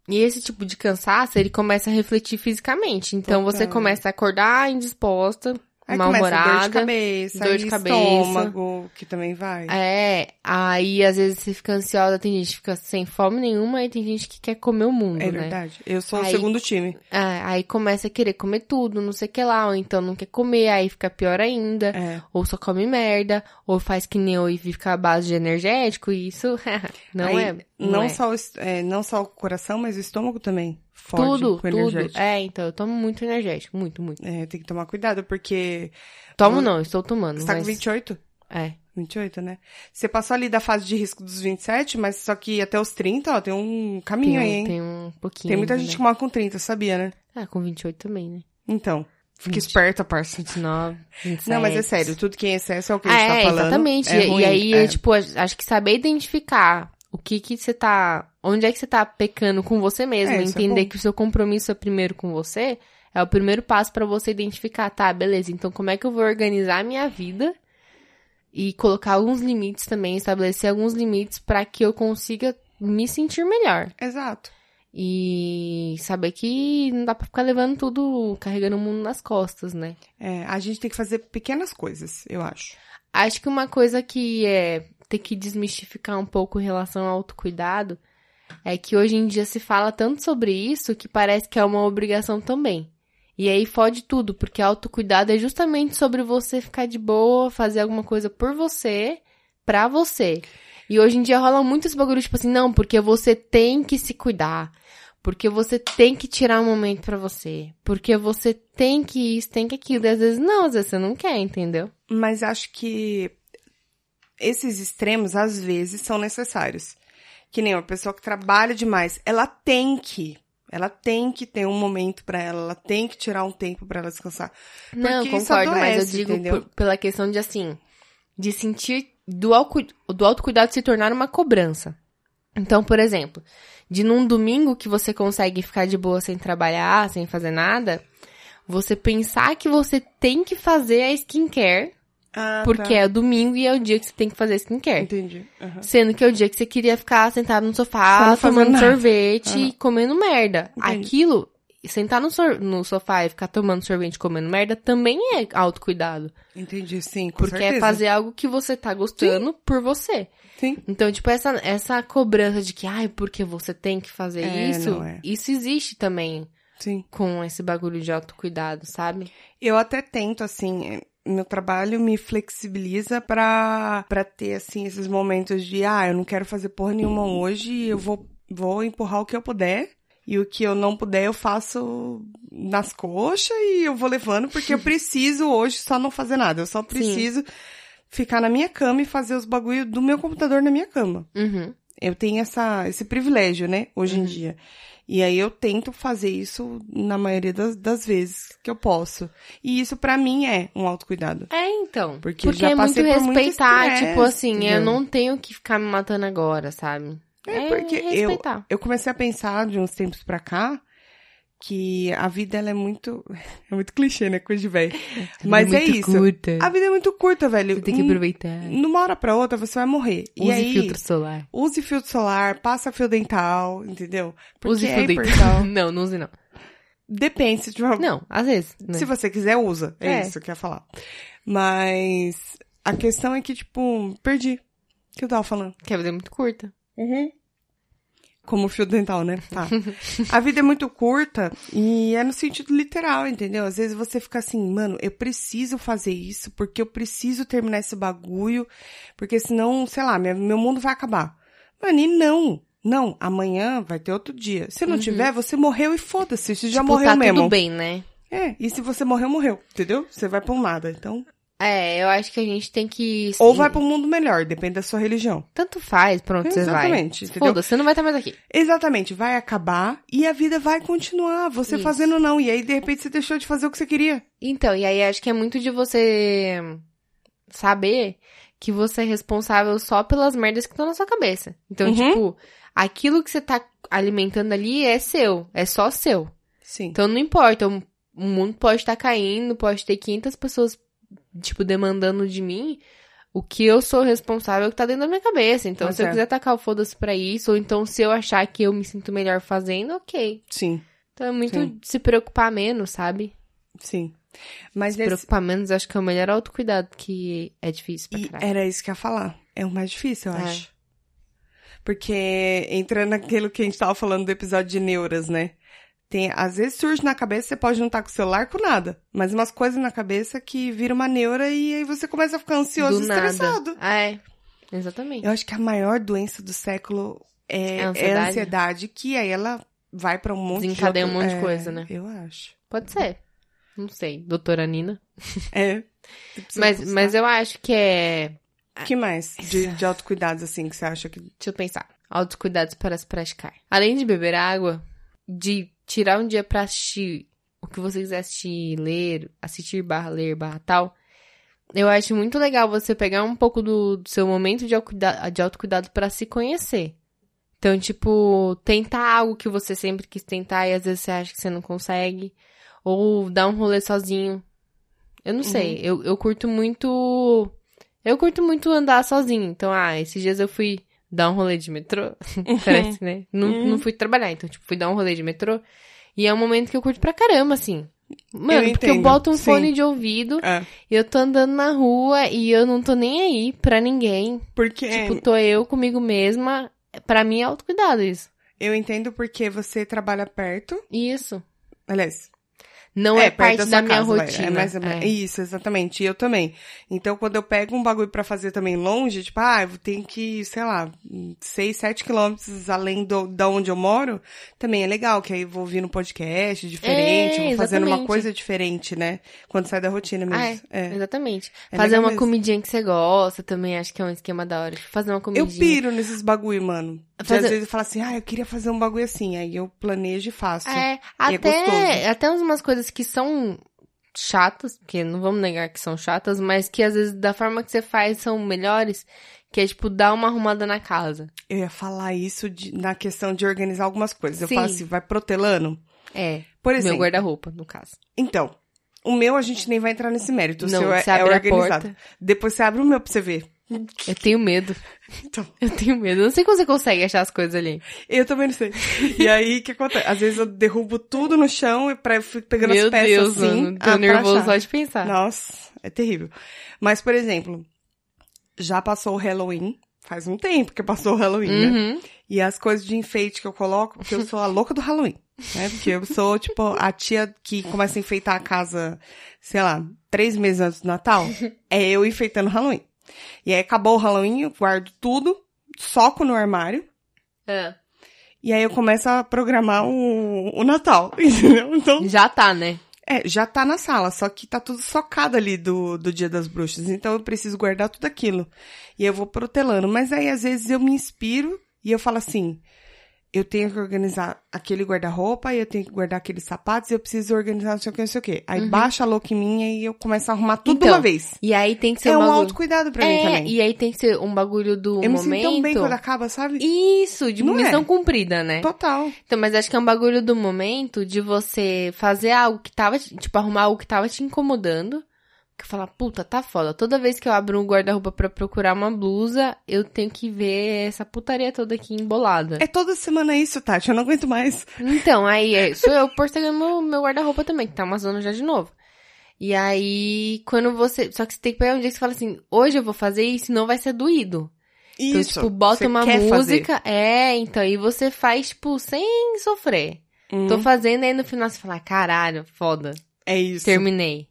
E esse tipo de cansaço, ele começa a refletir fisicamente. Então você Total. começa a acordar indisposta. Aí começa dor Mal-humorada, de cabeça, dor aí de cabeça. estômago, que também vai. É, aí às vezes você fica ansiosa, tem gente que fica sem fome nenhuma e tem gente que quer comer o mundo, É né? verdade. Eu sou o Aí- segundo time. É, aí começa a querer comer tudo, não sei o que lá, ou então não quer comer, aí fica pior ainda. É. ou só come merda, ou faz que nem eu e fica à base de energético, e isso não Aí, é. Não, é. só o, est- é, não só o coração, mas o estômago também. Fode tudo, com tudo. energético. É, então, eu tomo muito energético, muito, muito. É, tem que tomar cuidado, porque Tomo Hum. não, estou tomando, você tá com mas... 28? É, 28, né? Você passou ali da fase de risco dos 27, mas só que até os 30, ó, tem um tem, caminho aí, um, hein? tem um pouquinho Tem muita ainda, gente que né? morre com 30, sabia, né? Ah, com 28 também, né? Então, Fica esperta, parça. 29, 27. Não, mas é sério, tudo que é excesso é o que a Ah, gente tá é, falando. exatamente. É E- ruim, e aí, é. tipo, a- acho que saber identificar o que que você tá... Onde é que você tá pecando com você mesmo. É, isso é entender bom. que o seu compromisso é primeiro com você. É o primeiro passo pra você identificar, tá, beleza, então como é que eu vou organizar a minha vida e colocar alguns limites também, estabelecer alguns limites pra que eu consiga me sentir melhor. Exato. E saber que não dá pra ficar levando tudo, carregando o mundo nas costas, né? É, a gente tem que fazer pequenas coisas, eu acho. Acho que uma coisa que é ter que desmistificar um pouco em relação ao autocuidado é que hoje em dia se fala tanto sobre isso que parece que é uma obrigação também. E aí fode tudo, porque autocuidado é justamente sobre você ficar de boa, fazer alguma coisa por você, pra você. E hoje em dia rola muitos bagulhos tipo assim, não, porque você tem que se cuidar. Porque você tem que tirar um momento pra você. Porque você tem que isso, tem que aquilo. E às vezes não, às vezes você não quer, entendeu? Mas acho que esses extremos, às vezes, são necessários. Que nem uma pessoa que trabalha demais, ela tem que. Ela tem que ter um momento pra ela, ela tem que tirar um tempo pra ela descansar. Não, Porque isso concordo, mas adoece, eu digo entendeu? por- pela questão de assim, de sentir do, alcu- do autocuidado se tornar uma cobrança. Então, por exemplo, de num domingo que você consegue ficar de boa sem trabalhar, sem fazer nada, você pensar que você tem que fazer a skincare, Ah, porque é domingo e é o dia que você tem que fazer a skincare. Entendi. Aham. Sendo que é o dia que você queria ficar sentado no Só sofá, não fazendo tomando nada. sorvete Aham. e comendo merda. Entendi. Aquilo, sentar no, sor- no sofá e ficar tomando sorvete e comendo merda também é autocuidado. Entendi, sim, com Porque certeza. é fazer algo que você tá gostando por você. Sim. Então, tipo, essa, essa cobrança de que, ai, porque você tem que fazer É, isso, não é. isso existe também Sim. com esse bagulho de autocuidado, sabe? Eu até tento, assim, eh, meu trabalho me flexibiliza pra, pra ter, assim, esses momentos de, ah, eu não quero fazer porra nenhuma hoje, eu vou, vou empurrar o que eu puder. E o que eu não puder, eu faço nas coxas e eu vou levando, porque eu preciso hoje só não fazer nada. Eu só preciso ficar na minha cama e fazer os bagulho do meu computador na minha cama. Uhum. Eu tenho essa, esse privilégio, né, hoje em dia. E aí eu tento fazer isso na maioria das, das vezes que eu posso. E isso pra mim é um autocuidado. É, então. Porque já é muito passei por muito respeitar, estresse, tipo assim, eu entendeu? não tenho que ficar me matando agora, sabe? É, porque eu- respeitar. Eu comecei a pensar de uns tempos pra cá que a vida ela é muito é muito clichê, né, coisa de velho. Mas é isso. Curta. A vida é muito curta, velho. Você tem que Hum, aproveitar. Numa hora pra outra você vai morrer. e Use aí filtro solar. use filtro solar, passa fio dental, entendeu? Porque Use é filtro dental. hipertal. Não, não use não. Depende se tiver Não, às vezes. né? Se você quiser, usa. É, É. isso que eu ia falar. Mas a questão é que, tipo, perdi. O que eu tava falando? Que a vida é muito curta. Como fio dental, né? Tá. a vida é muito curta e é no sentido literal, entendeu? Às vezes você fica assim, mano, eu preciso fazer isso porque eu preciso terminar esse bagulho, porque senão, sei lá, minha- meu mundo vai acabar. Mano, e não. Não, amanhã vai ter outro dia. Se não tiver, você morreu e foda-se. Você já Uhum. Tipo, morreu tá mesmo. tudo bem, né? É, e se você morreu, morreu, entendeu? Você vai pro nada, então... É, eu acho que a gente tem que. Ou vai pro mundo melhor, depende da sua religião. Tanto faz, pronto, você vai. Exatamente, entendeu? Foda-se, você não vai estar mais aqui. Exatamente, vai acabar e a vida vai continuar, você Isso. fazendo não. E aí, de repente, você deixou de fazer o que você queria. Então, e aí acho que é muito de você saber que você é responsável só pelas merdas que estão na sua cabeça. Então, Uhum. tipo, aquilo que você tá alimentando ali é seu, é só seu. Sim. Então não importa, o o mundo pode estar caindo, pode ter 500 pessoas, tipo, demandando de mim. O que eu sou responsável é o que tá dentro da minha cabeça. Então, Pois se eu é. quiser tacar o foda-se pra isso, ou então se eu achar que eu me sinto melhor fazendo, ok. Sim, Então é muito Sim. se preocupar menos, sabe? sim. Mas Se nesse- preocupar menos, acho que é o melhor autocuidado, que é difícil pra e caralho. era isso que eu ia falar. É o mais difícil, eu É. acho. Porque entra naquilo que a gente tava falando do episódio de neuras, né? Tem, às vezes surge na cabeça, você pode não estar com o celular com nada. Mas umas coisas na cabeça que vira uma neura e aí você começa a ficar ansioso Do e nada. estressado. É, exatamente. Eu acho que a maior doença do século É é, é a a ansiedade. ansiedade, que aí ela vai pra um monte Desencadeia de um outro- monte de é, coisa, né? Eu acho. Pode ser. Não sei, doutora Nina. É. Você precisa Mas, buscar. mas eu acho que é que mais de, de autocuidados assim que você acha que Deixa eu pensar. Autocuidados para se praticar. Além de beber água, de tirar um dia pra assistir o que você quiser assistir, ler, assistir barra ler, barra tal, eu acho muito legal você pegar um pouco do, do seu momento de autocuidado, de autocuidado para se conhecer. Então, tipo, tentar algo que você sempre quis tentar e às vezes você acha que você não consegue. Ou dar um rolê sozinho. Eu não sei, eu, eu curto muito. Eu curto muito andar sozinho. Então, ah, esses dias eu fui dar um rolê de metrô. Parece, né? Não, Uhum. não fui trabalhar, então, tipo, fui dar um rolê de metrô. E é um momento que eu curto pra caramba, assim. Mano, porque eu entendo, boto um sim. fone de ouvido É. e eu tô andando na rua e eu não tô nem aí pra ninguém. Porque Tipo, tô eu comigo mesma. Pra mim é autocuidado isso. eu entendo porque você trabalha perto. Isso. Aliás, Não é, é, parte perto da, sua minha casa, vai. rotina. É mais ou menos- é. Isso, exatamente. E eu também. Então, quando eu pego um bagulho pra fazer também longe, tipo, ah, eu tenho que, ir, sei lá, 6, 7 quilômetros além do, da onde eu moro, também é legal, que aí eu vou ouvir no podcast diferente, É, vou fazendo uma exatamente. Ah, coisa diferente, né? Quando sai da rotina mesmo. É. Exatamente. É Fazer legal uma mesmo. comidinha que você gosta também, acho que é um esquema da hora. Tipo, Fazer uma Eu comidinha. piro nesses bagulho, mano. De, Fazer- Às vezes eu falo assim, ah, eu queria fazer um bagulho assim. Aí eu planejo e faço. É, é até, gostoso. até umas coisas que são chatas, porque não vamos negar que são chatas, mas que às vezes da forma que você faz são melhores, que é tipo dar uma arrumada na casa. Eu ia falar isso de- na questão de organizar algumas coisas. Eu Sim. falo assim, vai protelando. É, Por meu exemplo, guarda-roupa, no caso. então, o meu a gente nem vai entrar nesse mérito. O Não, seu é, você abre é a organizado. porta. Depois você abre o meu pra você ver. Eu tenho medo. Então, Eu tenho medo. Eu não sei como você consegue achar as coisas ali. eu também não sei. E aí, o que acontece? Às vezes eu derrubo tudo no chão e pra, eu fico pegando meu as peças Deus, assim. mano. ah, Tô pra nervoso achar. só de pensar. Nossa, é terrível. Mas, por exemplo, já passou o Halloween. Faz um tempo que passou o Halloween, né? Uhum. E as coisas de enfeite que eu coloco, porque eu sou a louca do Halloween, né? Porque eu sou, tipo, a tia que começa a enfeitar a casa, sei lá, três meses antes do Natal. É eu enfeitando o Halloween. E aí acabou o Halloween, eu guardo tudo, soco no armário. É. E aí eu começo a programar o, o Natal, entendeu? Então, Já tá, né? é, já tá na sala, só que tá tudo socado ali do, do Dia das Bruxas. Então eu preciso guardar tudo aquilo. E eu vou protelando. Mas aí às vezes eu me inspiro e eu falo assim: eu tenho que organizar aquele guarda-roupa, e eu tenho que guardar aqueles sapatos, e eu preciso organizar não sei o que, não sei o que. Aí baixa a louca em mim e eu começo a arrumar tudo de Uhum. Então, uma vez. E aí tem que ser É um um bagulho... autocuidado pra mim É, também. e aí tem que ser um bagulho do Eu me momento. sinto tão bem quando acaba, sabe? Isso, de Não é? missão cumprida, né? Total. Então, mas acho que é um bagulho do momento de você fazer algo que tava, te- tipo, arrumar algo que tava te incomodando. Que falar, puta, tá foda. Toda vez que eu abro um guarda-roupa pra procurar uma blusa, eu tenho que ver essa putaria toda aqui embolada. É toda semana isso, Tati. Eu não aguento mais. Então, aí é, sou eu porcegando meu, meu guarda-roupa também, que tá uma zona já de novo. E aí, quando você. Só que você tem que pegar um dia que você fala assim, hoje eu vou fazer isso, senão vai ser doído. Isso. Então, tipo, bota Você uma quer fazer. música. É, então, aí você faz, tipo, sem sofrer. Hum, Tô fazendo, aí no final você fala, caralho, foda, É isso. terminei.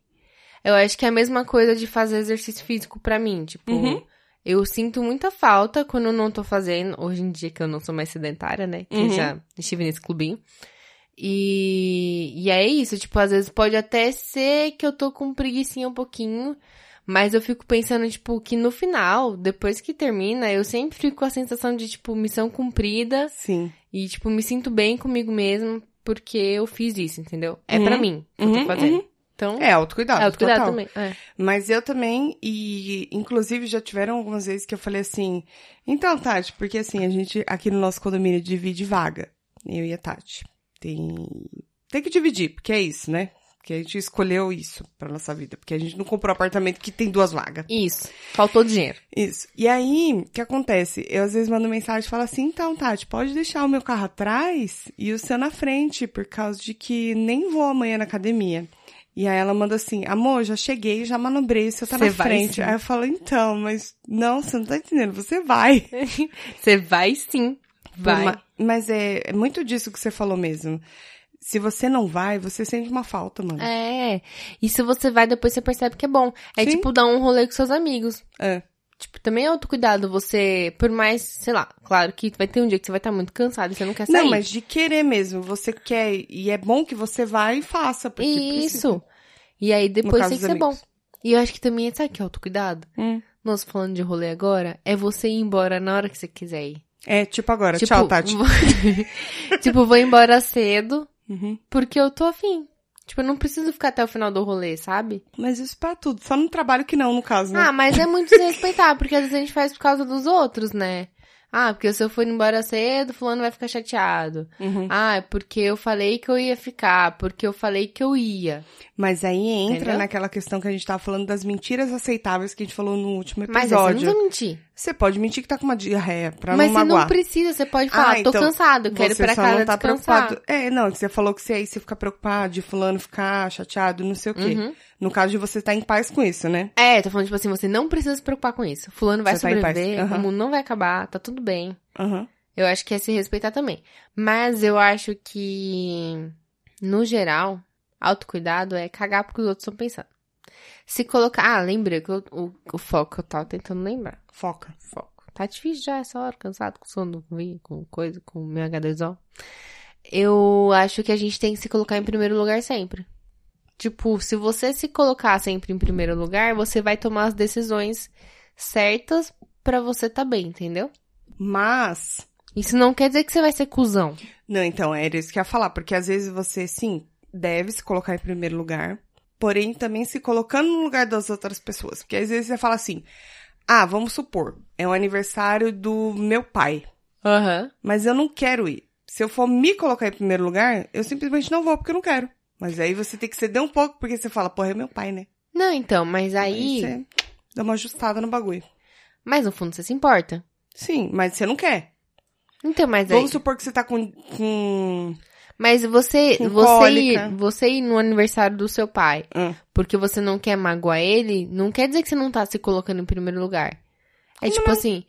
Eu acho que é a mesma coisa de fazer exercício físico pra mim, tipo... Uhum. Eu sinto muita falta quando eu não tô fazendo, hoje em dia que eu não sou mais sedentária, né? Que eu Uhum. já estive nesse clubinho. E, e é isso, tipo, às vezes pode até ser que eu tô com preguicinha um pouquinho, mas eu fico pensando, tipo, que no final, depois que termina, eu sempre fico com a sensação de, tipo, missão cumprida, Sim. e, tipo, me sinto bem comigo mesmo porque eu fiz isso, entendeu? É pra Uhum. mim que eu tô Uhum, fazendo. uhum. Então, é, É, autocuidado. é autocuidado total. também. É. Mas eu também, e inclusive já tiveram algumas vezes que eu falei assim, então, Tati, porque assim, a gente aqui no nosso condomínio divide vaga. Eu e a Tati. Tem, tem que dividir, porque é isso, né? Porque a gente escolheu isso pra nossa vida. Porque a gente não comprou apartamento que tem duas vagas. Isso. Faltou dinheiro. Isso. E aí, o que acontece? Eu às vezes mando mensagem e falo assim, então, Tati, pode deixar o meu carro atrás e o seu na frente, por causa de que nem vou amanhã na academia. E aí ela manda assim, amor, já cheguei, já manobrei, o seu tá Você na vai frente. sim. Aí eu falo, então, mas não, você não tá entendendo, você vai. Você vai sim. Vai. Ma- Mas é, é muito disso que você falou mesmo. Se você não vai, você sente uma falta, mano. É. E se você vai, depois você percebe que é bom. É Sim. tipo dar um rolê com seus amigos. É. Tipo, também é autocuidado. Você, por mais, sei lá, claro que vai ter um dia que você vai estar muito cansado e você não quer sair. Não, mas tipo, de querer mesmo. Você quer, e é bom que você vai e faça. Porque precisa. Isso. E aí é tipo assim. No depois caso tem que dos ser bom. amigos. E eu acho que também, é- sabe o que é autocuidado? Hum. Nós falando de rolê agora, é você ir embora na hora que você quiser ir. É, tipo agora. Tchau, Tati. vou- tipo, vou embora cedo Uhum. porque eu tô afim. Tipo, eu não preciso ficar até o final do rolê, sabe? Mas isso pra tudo. Só no trabalho que não, no caso, né? Ah, mas é muito desrespeitar, porque às vezes a gente faz por causa dos outros, né? Ah, porque se eu for embora cedo, fulano vai ficar chateado. Uhum. Ah, é porque eu falei que eu ia ficar, porque eu falei que eu ia. Mas aí entra Entendeu? naquela questão que a gente tava falando das mentiras aceitáveis que a gente falou no último Mas assim, episódio. você não vai mentir. Você pode mentir que tá com uma diarreia pra mas não você magoar. não precisa, você pode falar, Ah, tô então, cansado, quero ir você pra só casa não tá descansar. preocupado. É, não, que você falou que se aí você fica preocupado de fulano ficar chateado, não sei o quê. Uhum. No caso de você estar em paz com isso, né? É, tô falando, tipo assim, você não precisa se preocupar com isso. Fulano vai Você tá em paz. sobreviver, Aham. o mundo não vai acabar, tá tudo bem. Aham. Eu acho que é se respeitar também. Mas eu acho que, no geral, autocuidado é cagar porque os outros estão pensando. Se colocar. Ah, lembrei que eu- o, o foco que eu tava tentando lembrar. Foca. Foco. Tá difícil já essa hora, cansado, com sono, com vinho, com coisa, com meu H2O. Eu acho que a gente tem que se colocar em primeiro lugar sempre. Tipo, se você se colocar sempre em primeiro lugar, você vai tomar as decisões certas pra você tá bem, entendeu? Mas. Isso não quer dizer que você vai ser cuzão. Não, então, era isso que eu ia falar. Porque às vezes você, sim, deve se colocar em primeiro lugar. Porém, também se colocando no lugar das outras pessoas. Porque às vezes você fala assim. Ah, vamos supor, é o aniversário do meu pai. Aham. Mas eu não quero ir. Se eu for me colocar em primeiro lugar, eu simplesmente não vou porque eu não quero. Mas aí você tem que ceder um pouco, porque você fala, porra, é meu pai, né? Não, então, mas aí. você dá uma ajustada no bagulho. Mas no fundo você se importa. Sim, mas você não quer. Então, mas aí. Vamos supor que você tá com. com... Mas você, Com você, cólica. ir, você ir no aniversário do seu pai Hum. porque você não quer magoar ele, não quer dizer que você não tá se colocando em primeiro lugar. É tipo assim,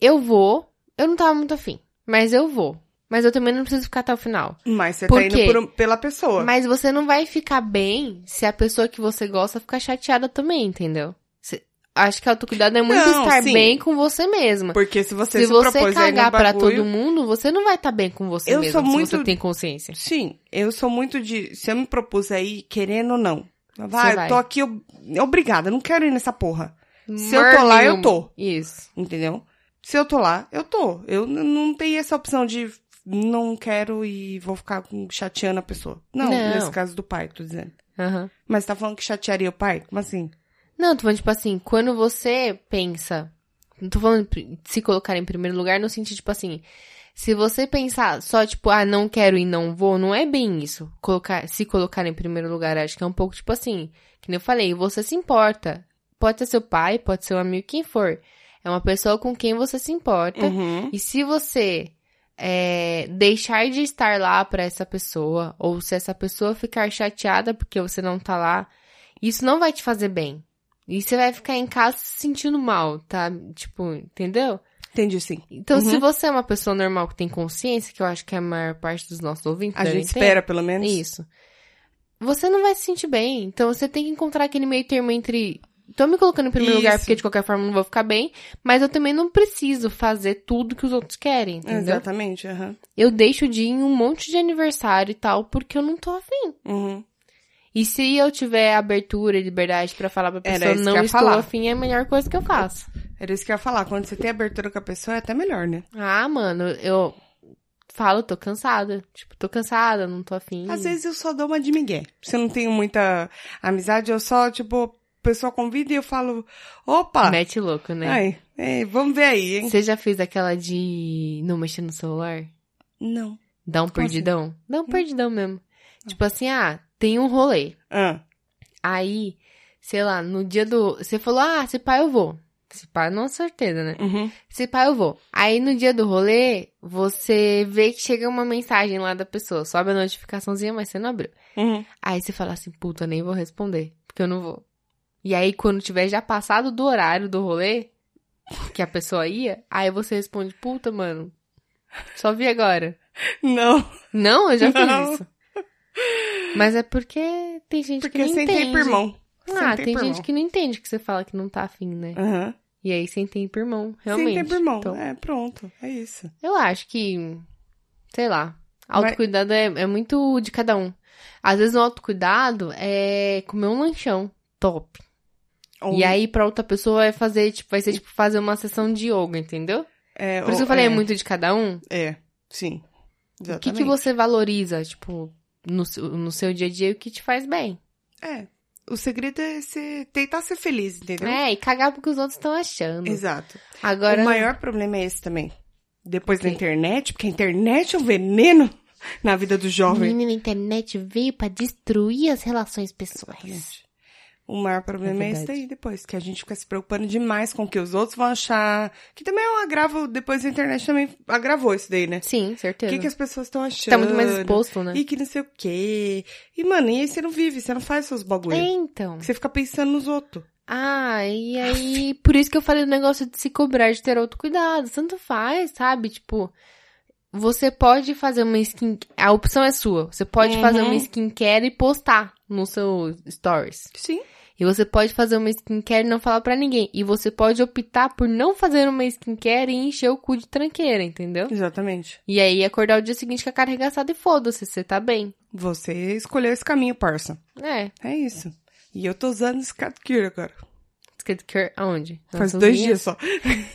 eu vou, eu não tava muito afim, mas eu vou. Mas eu também não preciso ficar até o final. Mas você Por tá indo quê? por um- pela pessoa. Mas você não vai ficar bem se a pessoa que você gosta ficar chateada também, entendeu? Cê- acho que autocuidado é muito Não, estar sim. bem com você mesma. Porque se você se, se, você propôs aí no cagar pra bagulho- todo mundo, você não vai estar bem com você Eu mesmo, sou se muito- você tem consciência. Sim, eu sou muito de. Se eu me propus aí, querendo ou não. Vai, vai. eu tô aqui ob- obrigada, não quero ir nessa porra. Se eu tô lá, eu tô. Isso. Entendeu? Se eu tô lá, eu tô. Eu n- não tenho essa opção de não quero e vou ficar com- chateando a pessoa. Não, Não. nesse caso do pai, tô dizendo. Aham. Mas tá falando que chatearia o pai? Como assim? Não, tô falando, tipo assim, quando você pensa. Não tô falando de se colocar em primeiro lugar no sentido, tipo assim. Se você pensar só, tipo, ah, não quero e não vou, não é bem isso. Colocar, se colocar em primeiro lugar, acho que é um pouco, tipo assim, que nem eu falei, você se importa. Pode ser seu pai, pode ser um amigo, quem for. É uma pessoa com quem você se importa. Uhum. E se você é, deixar de estar lá pra essa pessoa, ou se essa pessoa ficar chateada porque você não tá lá, isso não vai te fazer bem. E você vai ficar em casa se sentindo mal, tá? Tipo, entendeu? Entendi sim. Então, Uhum. se você é uma pessoa normal que tem consciência, que eu acho que a maior parte dos nossos ouvintes A devem gente ter, espera, pelo menos. Então, isso. Você não vai se sentir bem. Então você tem que encontrar aquele meio termo entre. Tô me colocando em primeiro lugar Isso. porque de qualquer forma eu não vou ficar bem, mas eu também não preciso fazer tudo que os outros querem, entendeu? Exatamente, aham. Eu deixo de ir em um monte de aniversário e tal porque eu não tô afim. Uhum. E se eu tiver abertura e liberdade pra falar pra Era pessoa, isso que eu não ia estou falar. afim, é a melhor coisa que eu faço. Era isso que eu ia falar. Quando você tem abertura com a pessoa, é até melhor, né? Ah, mano, eu falo, tô cansada. Tipo, tô cansada, não tô afim. Às vezes eu só dou uma de migué. Se eu não tenho muita amizade, eu só, tipo, a pessoa convida e eu falo, opa, Mete louco, né? ai, é, vamos ver aí, hein? Você já fez aquela de não mexer no celular? Não. Dá um Como assim? perdidão? Dá um perdidão mesmo. Tipo assim, ah, tem um rolê. Ah, Aí, sei lá, no dia do. Você falou, ah, se pá, eu vou. Se pá, não certeza, né? uhum. Se pá, eu vou. Aí no dia do rolê, você vê que chega uma mensagem lá da pessoa. Sobe a notificaçãozinha, mas você não abriu. Uhum. Aí você fala assim, puta, nem vou responder, porque eu não vou. E aí, quando tiver já passado do horário do rolê, que a pessoa ia, aí você responde, puta, mano, só vi agora. Não, Não, eu já fiz Não. isso. Mas é porque tem gente porque que eu não sentei entende. pro irmão. Ah, Sentei tem pro gente irmão. que não entende que você fala que não tá afim, né? Aham. E aí sentem pro irmão, realmente. Sem tempo, irmão. Então, É, pronto. É isso. Eu acho que, sei lá, Mas- autocuidado é, é muito de cada um. Às vezes o autocuidado é comer um lanchão top. Ou- E aí, pra outra pessoa, vai fazer, tipo, vai ser tipo fazer uma sessão de yoga, entendeu? é, Por isso ou- que eu falei, é, é muito de cada um. É, sim. O que, Exatamente. que você valoriza, tipo, no, seu- no seu dia a dia o que te faz bem. É. O segredo é se tentar ser feliz, entendeu? É, e cagar porque os outros estão achando. Exato. Agora, O maior problema é esse também. Depois Ok. da internet, porque a internet é um veneno na vida do a jovem. menina na internet veio pra destruir as relações pessoais. Exatamente. O maior problema É é, esse verdade. daí depois, que a gente fica se preocupando demais com o que os outros vão achar. Que também é um agravo, depois da internet também agravou isso daí, né? Sim, O certeza. que, que as pessoas estão achando? Tá muito mais exposto, né? E que não sei o quê. E, mano, e aí você não vive, você não faz seus bagulho. É, então. Você fica pensando nos outros. Ah, e aí, por isso que eu falei do negócio de se cobrar, de ter autocuidado. Tanto faz, sabe? Tipo, você pode fazer uma skin. A opção é sua. Você pode Uhum. fazer uma skincare e postar no seu stories. Sim. E você pode fazer uma skincare e não falar pra ninguém. E você pode optar por não fazer uma skincare e encher o cu de tranqueira, entendeu? Exatamente. E aí acordar o dia seguinte com a cara arregaçada e foda-se, você tá bem. Você escolheu esse caminho, parça. É. É isso. E eu tô usando esse Catkir agora. Skincare aonde? Na Faz sua dois unha? dias só.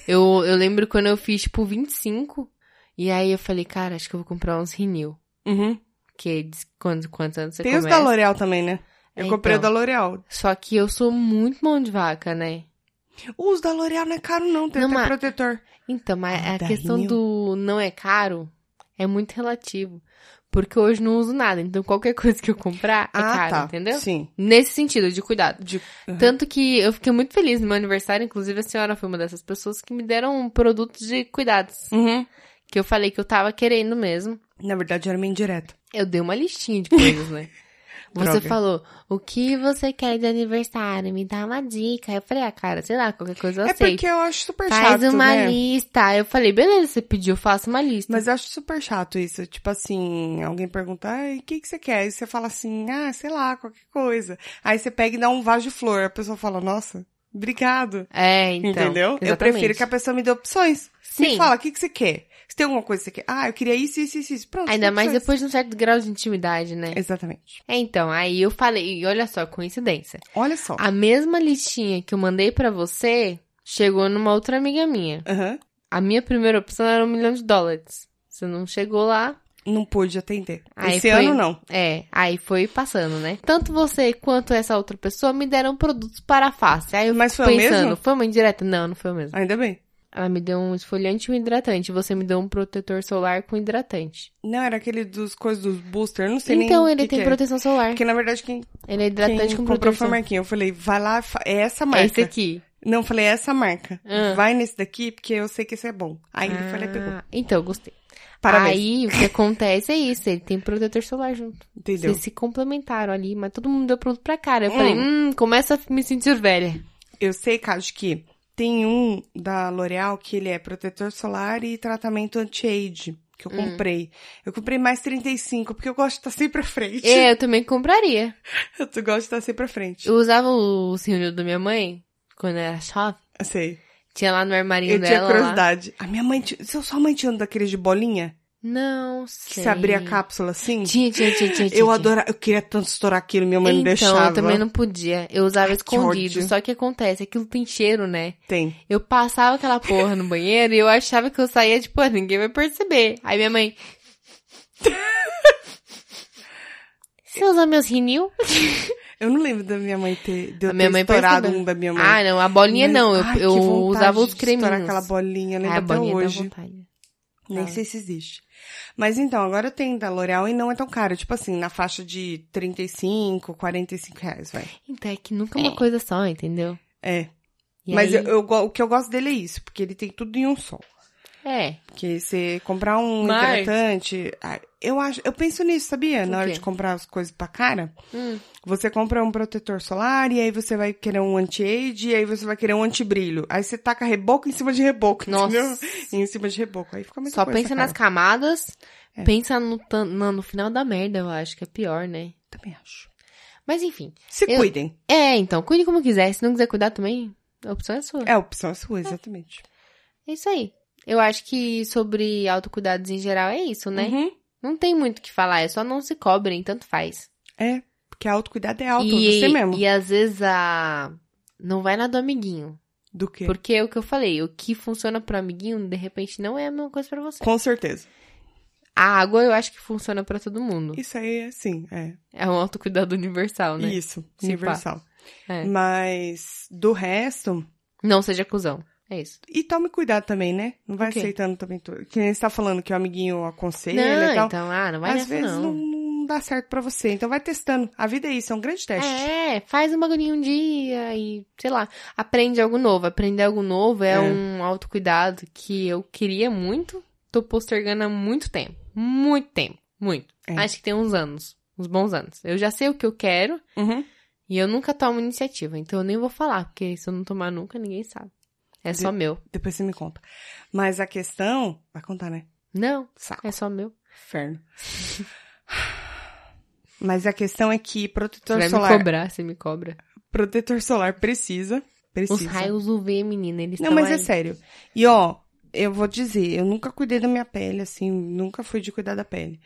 Eu, eu lembro quando eu fiz, tipo, 25. E aí eu falei, cara, acho que eu vou comprar uns Renew. Uhum. Que diz quantos, quantos anos você Tem os começa. da L'Oreal também, né? Eu É, comprei o da então. L'Oreal. Só que eu sou muito mão de vaca, né? Os da L'Oreal não é caro, não. Tem Não, até mas- protetor. Então, mas Ah, a da questão Renew. do não é caro é muito relativo. Porque hoje não uso nada, então qualquer coisa que eu comprar é ah, caro, tá. entendeu? Sim. Nesse sentido, de cuidado. De- Uhum. Tanto que eu fiquei muito feliz no meu aniversário, inclusive a senhora foi uma dessas pessoas que me deram produtos de cuidados. Uhum. Que eu falei que eu tava querendo mesmo. Na verdade, era meio indireta. Eu dei uma listinha de coisas, né? Você Droga. falou, o que você quer de aniversário? Me dá uma dica. Eu falei, ah, cara, sei lá, qualquer coisa eu é aceito. porque eu acho super Faz chato, uma né? lista. Eu falei, beleza, você pediu, eu faço uma lista. Mas eu acho super chato isso. Tipo assim, alguém pergunta, ai, o que, que você quer? E você fala assim, ah, sei lá, qualquer coisa. Aí você pega e dá um vaso de flor. A pessoa fala, nossa, obrigado. É, então. Entendeu? Eu prefiro que a pessoa me dê opções. Sim. Me fala, o que, que você quer? Se tem alguma coisa que você quer? Ah, eu queria isso, isso, isso, isso. Pronto. Ainda tem mais opções. depois de um certo grau de intimidade, né? Exatamente. É, então, aí eu falei, e olha só, coincidência. Olha só. A mesma listinha que eu mandei pra você chegou numa outra amiga minha. Aham. A minha primeira opção era um milhão de dólares. Você não chegou lá, Não pude atender. Aí Esse foi- ano, não. É, aí foi passando, né? Tanto você quanto essa outra pessoa me deram produtos para a face. Aí eu Mas fico foi o pensando, mesmo? foi uma indireta? Não, não foi o mesmo. Ainda bem. Ela me deu um esfoliante e um hidratante. Você me deu um protetor solar com hidratante. Não, era aquele dos coisas dos booster. eu Não sei nem então, o ele que tem que é. proteção solar. Porque, na verdade, quem, Ele é hidratante quem com comprou proteção. foi o Marquinhos. Eu falei, vai lá, fa- é essa É marca. esse aqui. Não, eu falei, é essa marca. Ah. Vai nesse daqui, porque eu sei que esse é bom. Aí ele falou, pegou. Ah, Então, gostei. Parabéns. Aí, o que acontece é isso. Ele tem protetor solar junto. Entendeu? Vocês se complementaram ali, mas todo mundo deu produto pra cara. Eu falei, hum, começa a me sentir velha. Eu sei, Cássio, que tem um da L'Oreal que ele é protetor solar e tratamento anti-age, que eu Hum. comprei. Eu comprei mais 35, porque eu gosto de estar sempre à frente. É, eu também compraria. Eu gosto de estar sempre à frente. Eu usava o senhorio da minha mãe, quando eu era jovem. Eu sei. Tinha lá no armarinho Eu tinha dela. lá. curiosidade. A minha mãe... tinha- Sua sua mãe tinha um daqueles de bolinha? Não sei. Que se abria a cápsula assim? Tinha, tinha, tinha, tinha. tinha. Eu adorava... Eu queria tanto estourar aquilo, minha mãe Então, não deixava. eu também não podia. Eu usava Ai, que escondido. ódio. Só que acontece, aquilo tem cheiro, né? Tem. Eu passava aquela porra no banheiro e eu achava que eu saía, tipo, "Ah, ninguém vai perceber. Aí minha mãe... Você usa meus rinil? Eu não lembro da minha mãe ter... De eu A minha ter mãe estourado percebeu. um da minha mãe. Ah, não, a bolinha Mas- não. Eu, Ai, que eu vontade usava os de estourar creminhos. aquela bolinha, eu Ah, lembro a até bolinha dá hoje. vontade. Nem Ah. sei se existe. Mas então, agora tem da L'Oreal e não é tão caro. Tipo assim, na faixa de 35, 45 reais, vai. Então, é que nunca é uma coisa só, entendeu? É. E Mas aí- eu, eu go- o que eu gosto dele é isso, porque ele tem tudo em um só. É. Porque você comprar um Mas- hidratante. ah, Eu, acho, eu penso nisso, sabia? O Na hora quê? de comprar as coisas pra cara. Hum. Você compra um protetor solar e aí você vai querer um anti-age e aí você vai querer um anti-brilho. Aí você taca reboco em cima de reboco, Nossa. entendeu? Em cima de reboco. Aí fica muito Só pensa nas camadas, É. pensa no, tan- na- no final da merda, eu acho que é pior, né? Também acho. Mas enfim. Se Eu- cuidem. É, então, cuide como quiser. Se não quiser cuidar também, a opção é sua. É, a opção é sua, exatamente. É isso aí. Eu acho que sobre autocuidados em geral é isso, né? Uhum. Não tem muito o que falar, é só não se cobrem, tanto faz. É, porque autocuidado é auto, e, você mesmo. e às vezes a. Não vai na do amiguinho. Do que? Porque é o que eu falei, o que funciona pro amiguinho, de repente, não é a mesma coisa pra você. Com certeza. A água eu acho que funciona pra todo mundo. Isso aí é sim, é. É um autocuidado universal, né? Isso, Se universal. É. Mas do resto. Não seja cuzão. É isso. E tome cuidado também, né? Não vai O quê? aceitando também tudo. Que nem você tá falando que o amiguinho aconselha não, e tal. então, ah, não vai é Às nessa, vezes não. não. não dá certo pra você. Então vai testando. A vida é isso, é um grande teste. É, faz um bagulhinho um dia e, sei lá, aprende algo novo. Aprender algo novo é, É. um autocuidado que eu queria muito, tô postergando há muito tempo. Muito tempo, muito. É. Acho que tem uns anos, uns bons anos. Eu já sei o que eu quero Uhum. e eu nunca tomo iniciativa, então eu nem vou falar, porque se eu não tomar nunca, ninguém sabe. É só meu. Depois você me conta. Mas a questão. Vai contar, né? Não, Saco. é só meu. Inferno. Mas a questão é que Você protetor vai me solar. cobrar, você me cobra. Protetor solar precisa. Os Precisa. raios UV, menina, eles Não, tão mas é aí. sério. E ó, eu vou dizer, eu nunca cuidei da minha pele, assim, nunca fui de cuidar da pele.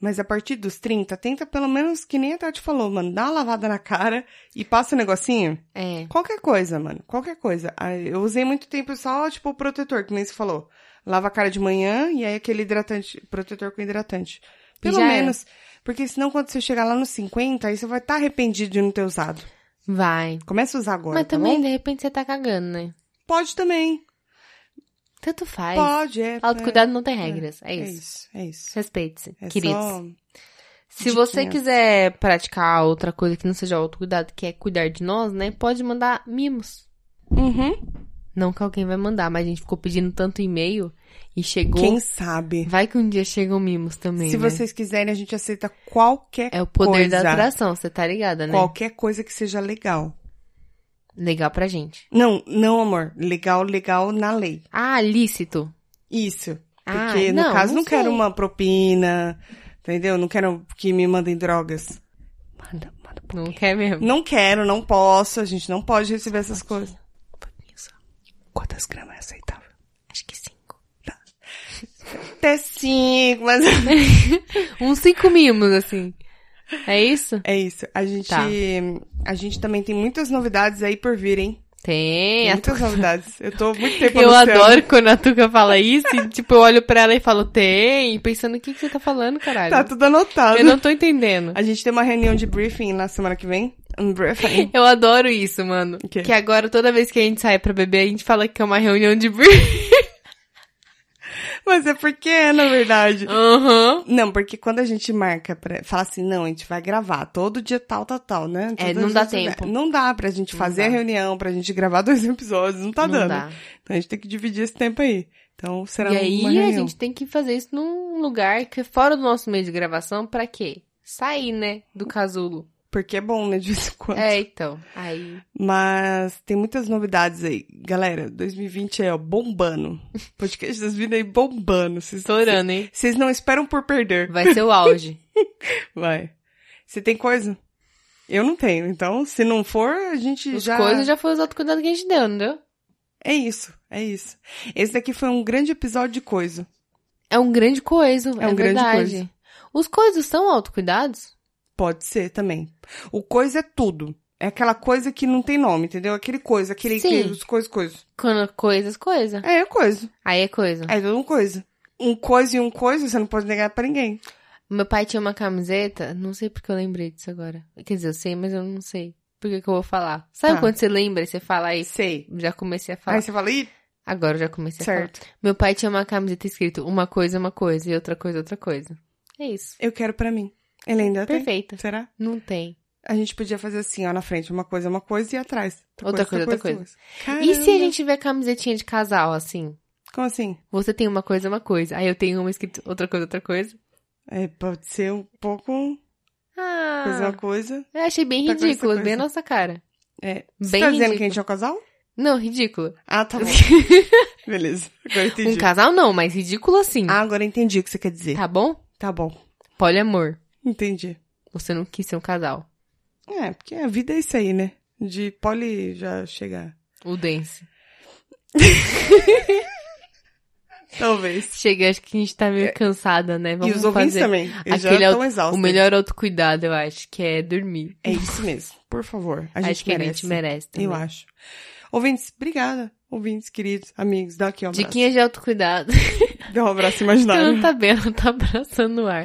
Mas a partir dos 30, tenta pelo menos que nem a Tati falou, mano, dá uma lavada na cara e passa um negocinho. É, Qualquer coisa, mano, qualquer coisa. Ah, Eu usei muito tempo só, tipo, o protetor, que nem você falou. Lava a cara de manhã e aí aquele hidratante, protetor com hidratante. Pelo Já é. menos. Porque senão quando você chegar lá nos 50, aí você vai estar arrependido de não ter usado. vai. Começa a usar agora, mas tá também, bom? de repente, você tá cagando, né? Pode também. Tanto faz. Pode, é. é. Autocuidado não tem regras. É, É isso. isso, é isso. Respeite-se, É queridos. só- Se você diquinhas. quiser praticar outra coisa que não seja autocuidado, que é cuidar de nós, né? Pode mandar mimos. Uhum. Não que alguém vai mandar, mas a gente ficou pedindo tanto e-mail e chegou. Quem sabe? Vai que um dia chegam mimos também. Se né? vocês quiserem, a gente aceita qualquer É o poder da coisa. atração, você tá ligada, né? Qualquer coisa que seja legal. Legal pra gente. Não, não, amor. Legal, legal na lei. Ah, lícito. Isso. Ah, Porque, no não, caso, não, não quero sei. uma propina, entendeu? Não quero que me mandem drogas. Manda, manda. Não quer mesmo? Não quero, não posso. A gente não pode receber essas coisas. Isso. Quantas gramas é aceitável? Acho que cinco. Até cinco, mas... Uns cinco mimos, assim. É isso? É isso. A gente, Tá. a gente também tem muitas novidades aí por vir, hein? Tem. a Muitas novidades. Eu tô muito tempo Eu anunciando. adoro quando a Tuca fala isso e, tipo, eu olho pra ela e falo, tem, pensando, o que, que você tá falando, caralho? Tá tudo anotado. Eu não tô entendendo. A gente tem uma reunião de briefing na semana que vem. Um briefing. Eu adoro isso, mano. O quê? Que agora, toda vez que a gente sai pra beber, a gente fala que é uma reunião de briefing. Mas é porque é, na verdade. Aham. Não, porque quando a gente marca, pra, fala assim, não, a gente vai gravar todo dia tal, tal, tal, né? É, Todas não as dá vezes- tempo. Não dá pra gente fazer a dá. reunião, pra gente gravar dois episódios, não tá Não dando. dá. Então a gente tem que dividir esse tempo aí. Então será E uma aí, a reunião. gente tem que fazer isso num lugar que é fora do nosso meio de gravação, pra quê? Sair, né? Do casulo. Porque é bom, né, de vez em quando. É, então. Aí. Mas tem muitas novidades aí. Galera, 2020 é ó, bombando. Podcast das vidas aí bombando. Vocês Estourando, hein? Vocês não esperam por perder. Vai ser o auge. Vai. Você tem coisa? Eu não tenho. Então, se não for, a gente As já. coisas já foi os autocuidados que a gente deu, não deu? É isso, é isso. Esse daqui foi um grande episódio de coisa. É um grande coiso, é, um grande verdade. coiso. Os coisos são autocuidados? Pode ser também. O coisa é tudo. É aquela coisa que não tem nome, entendeu? Aquele coisa, aquele Sim. que- os coisa, coisa. Quando coisas, coisa. É, é coisa. Aí é coisa. É tudo um coisa. Um coisa e um coisa, você não pode negar pra ninguém. Meu pai tinha uma camiseta, não sei porque eu lembrei disso agora. Quer dizer, eu sei, mas eu não sei. Por que, que eu vou falar? Sabe Tá. quando você lembra e você fala aí? Sei. Já comecei a falar. Aí você fala, ih, Agora eu já comecei a falar. certo. Meu pai tinha uma camiseta escrito uma coisa, é uma coisa, e outra coisa, outra coisa. É isso. Eu quero pra mim. Ele ainda tem. Perfeita. Será? Não tem. A gente podia fazer assim, ó, na frente, uma coisa, uma coisa e atrás. Outra coisa, outra Caramba. E se a gente tiver camisetinha de casal, assim? Como assim? Você tem uma coisa, uma coisa. Aí eu tenho uma escrito outra coisa, outra coisa. É, pode ser um pouco Ah. fazer uma coisa. Eu achei bem Tá com essa ridículo, bem coisa. a nossa cara. É. Você Bem tá dizendo ridículo. que a gente é um casal? Não, ridículo. Ah, tá bom. Beleza. Agora eu entendi. um casal não, mas ridículo assim. Ah, agora eu entendi o que você quer dizer. Tá bom? Tá bom. Poliamor. Entendi. Você não quis ser um casal. É, porque a vida é isso aí, né? De poli já chegar. O Dance. Talvez. Chega, acho que a gente tá meio cansada, né? Vamos É. e os ouvintes fazer também. Eles já aquele estão au- exaustos. o melhor autocuidado, eu acho, que é dormir. É isso mesmo. Por favor. A gente acho que merece. a gente merece também. Eu acho. Ouvintes, obrigada. Ouvintes, queridos, amigos, dá aqui um abraço. Diquinha de autocuidado. Dá um abraço Ela imaginário. não tá bem, ela tá abraçando no ar.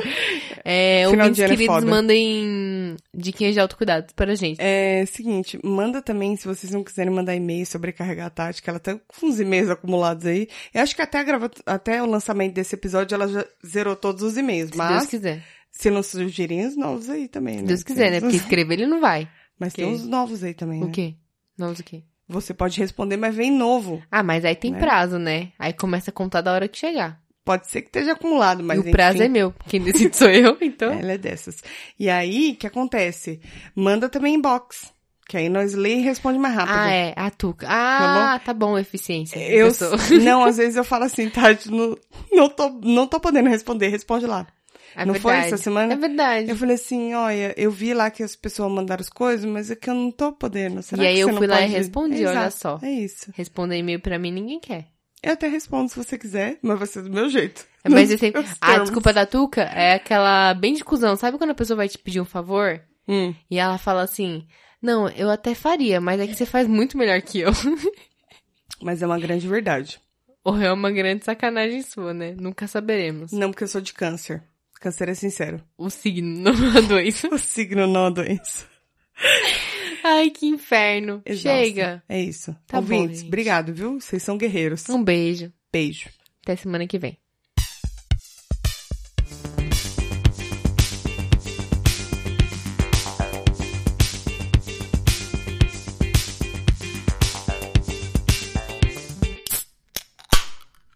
É, Final ouvintes de ano é queridos, foda. mandem diquinhas de autocuidado pra gente. É seguinte, manda também, se vocês não quiserem mandar e-mail sobre carregar a tática, ela tá com uns e-mails acumulados aí. Eu acho que até, a grava... até o lançamento desse episódio ela já zerou todos os e-mails, se Deus mas quiser. se não surgirem os novos aí também, né? Se Deus quiser, né? Porque escrever ele não vai. Mas tem Ok. uns novos aí também, né? O quê? Novos o quê? Você pode responder, mas vem novo. Ah, mas aí tem Né? prazo, né? Aí começa a contar da hora que chegar. Pode ser que esteja acumulado, mas e o prazo é enfim, meu. Quem decide sou eu, então. ela é dessas. E aí, o que acontece? Manda também inbox, que aí nós lê e responde mais rápido. É, ah, é. A Tuca. Ah, tá bom, eficiência. Eu sou. não, às vezes eu falo assim, Tati, não, não, tô, não tô podendo responder, responde lá. É não verdade. foi essa semana? É verdade. Eu falei assim, olha, eu vi lá que as pessoas mandaram as coisas, mas é que eu não tô podendo. Será E aí que eu você não fui lá e pode? respondi, Exato, olha só. É isso. Responder e-mail pra mim ninguém quer. Eu até respondo se você quiser, mas vai ser do meu jeito. É, Mas eu sempre... Os A termos. desculpa da Tuca é aquela bem de cuzão. Sabe quando a pessoa vai te pedir um favor? Hum. E ela fala assim... Não, eu até faria, mas é que você faz muito melhor que eu. Mas é uma grande verdade. Ou é uma grande sacanagem sua, né? Nunca saberemos. Não porque eu sou de câncer. Câncer é sincero. O signo não é doença. O signo não é doença. Ai, que inferno. Exausta. Chega. É isso. Tá bom, Ouvintes, gente. obrigado, viu? Vocês são guerreiros. Um beijo. Beijo. Até semana que vem.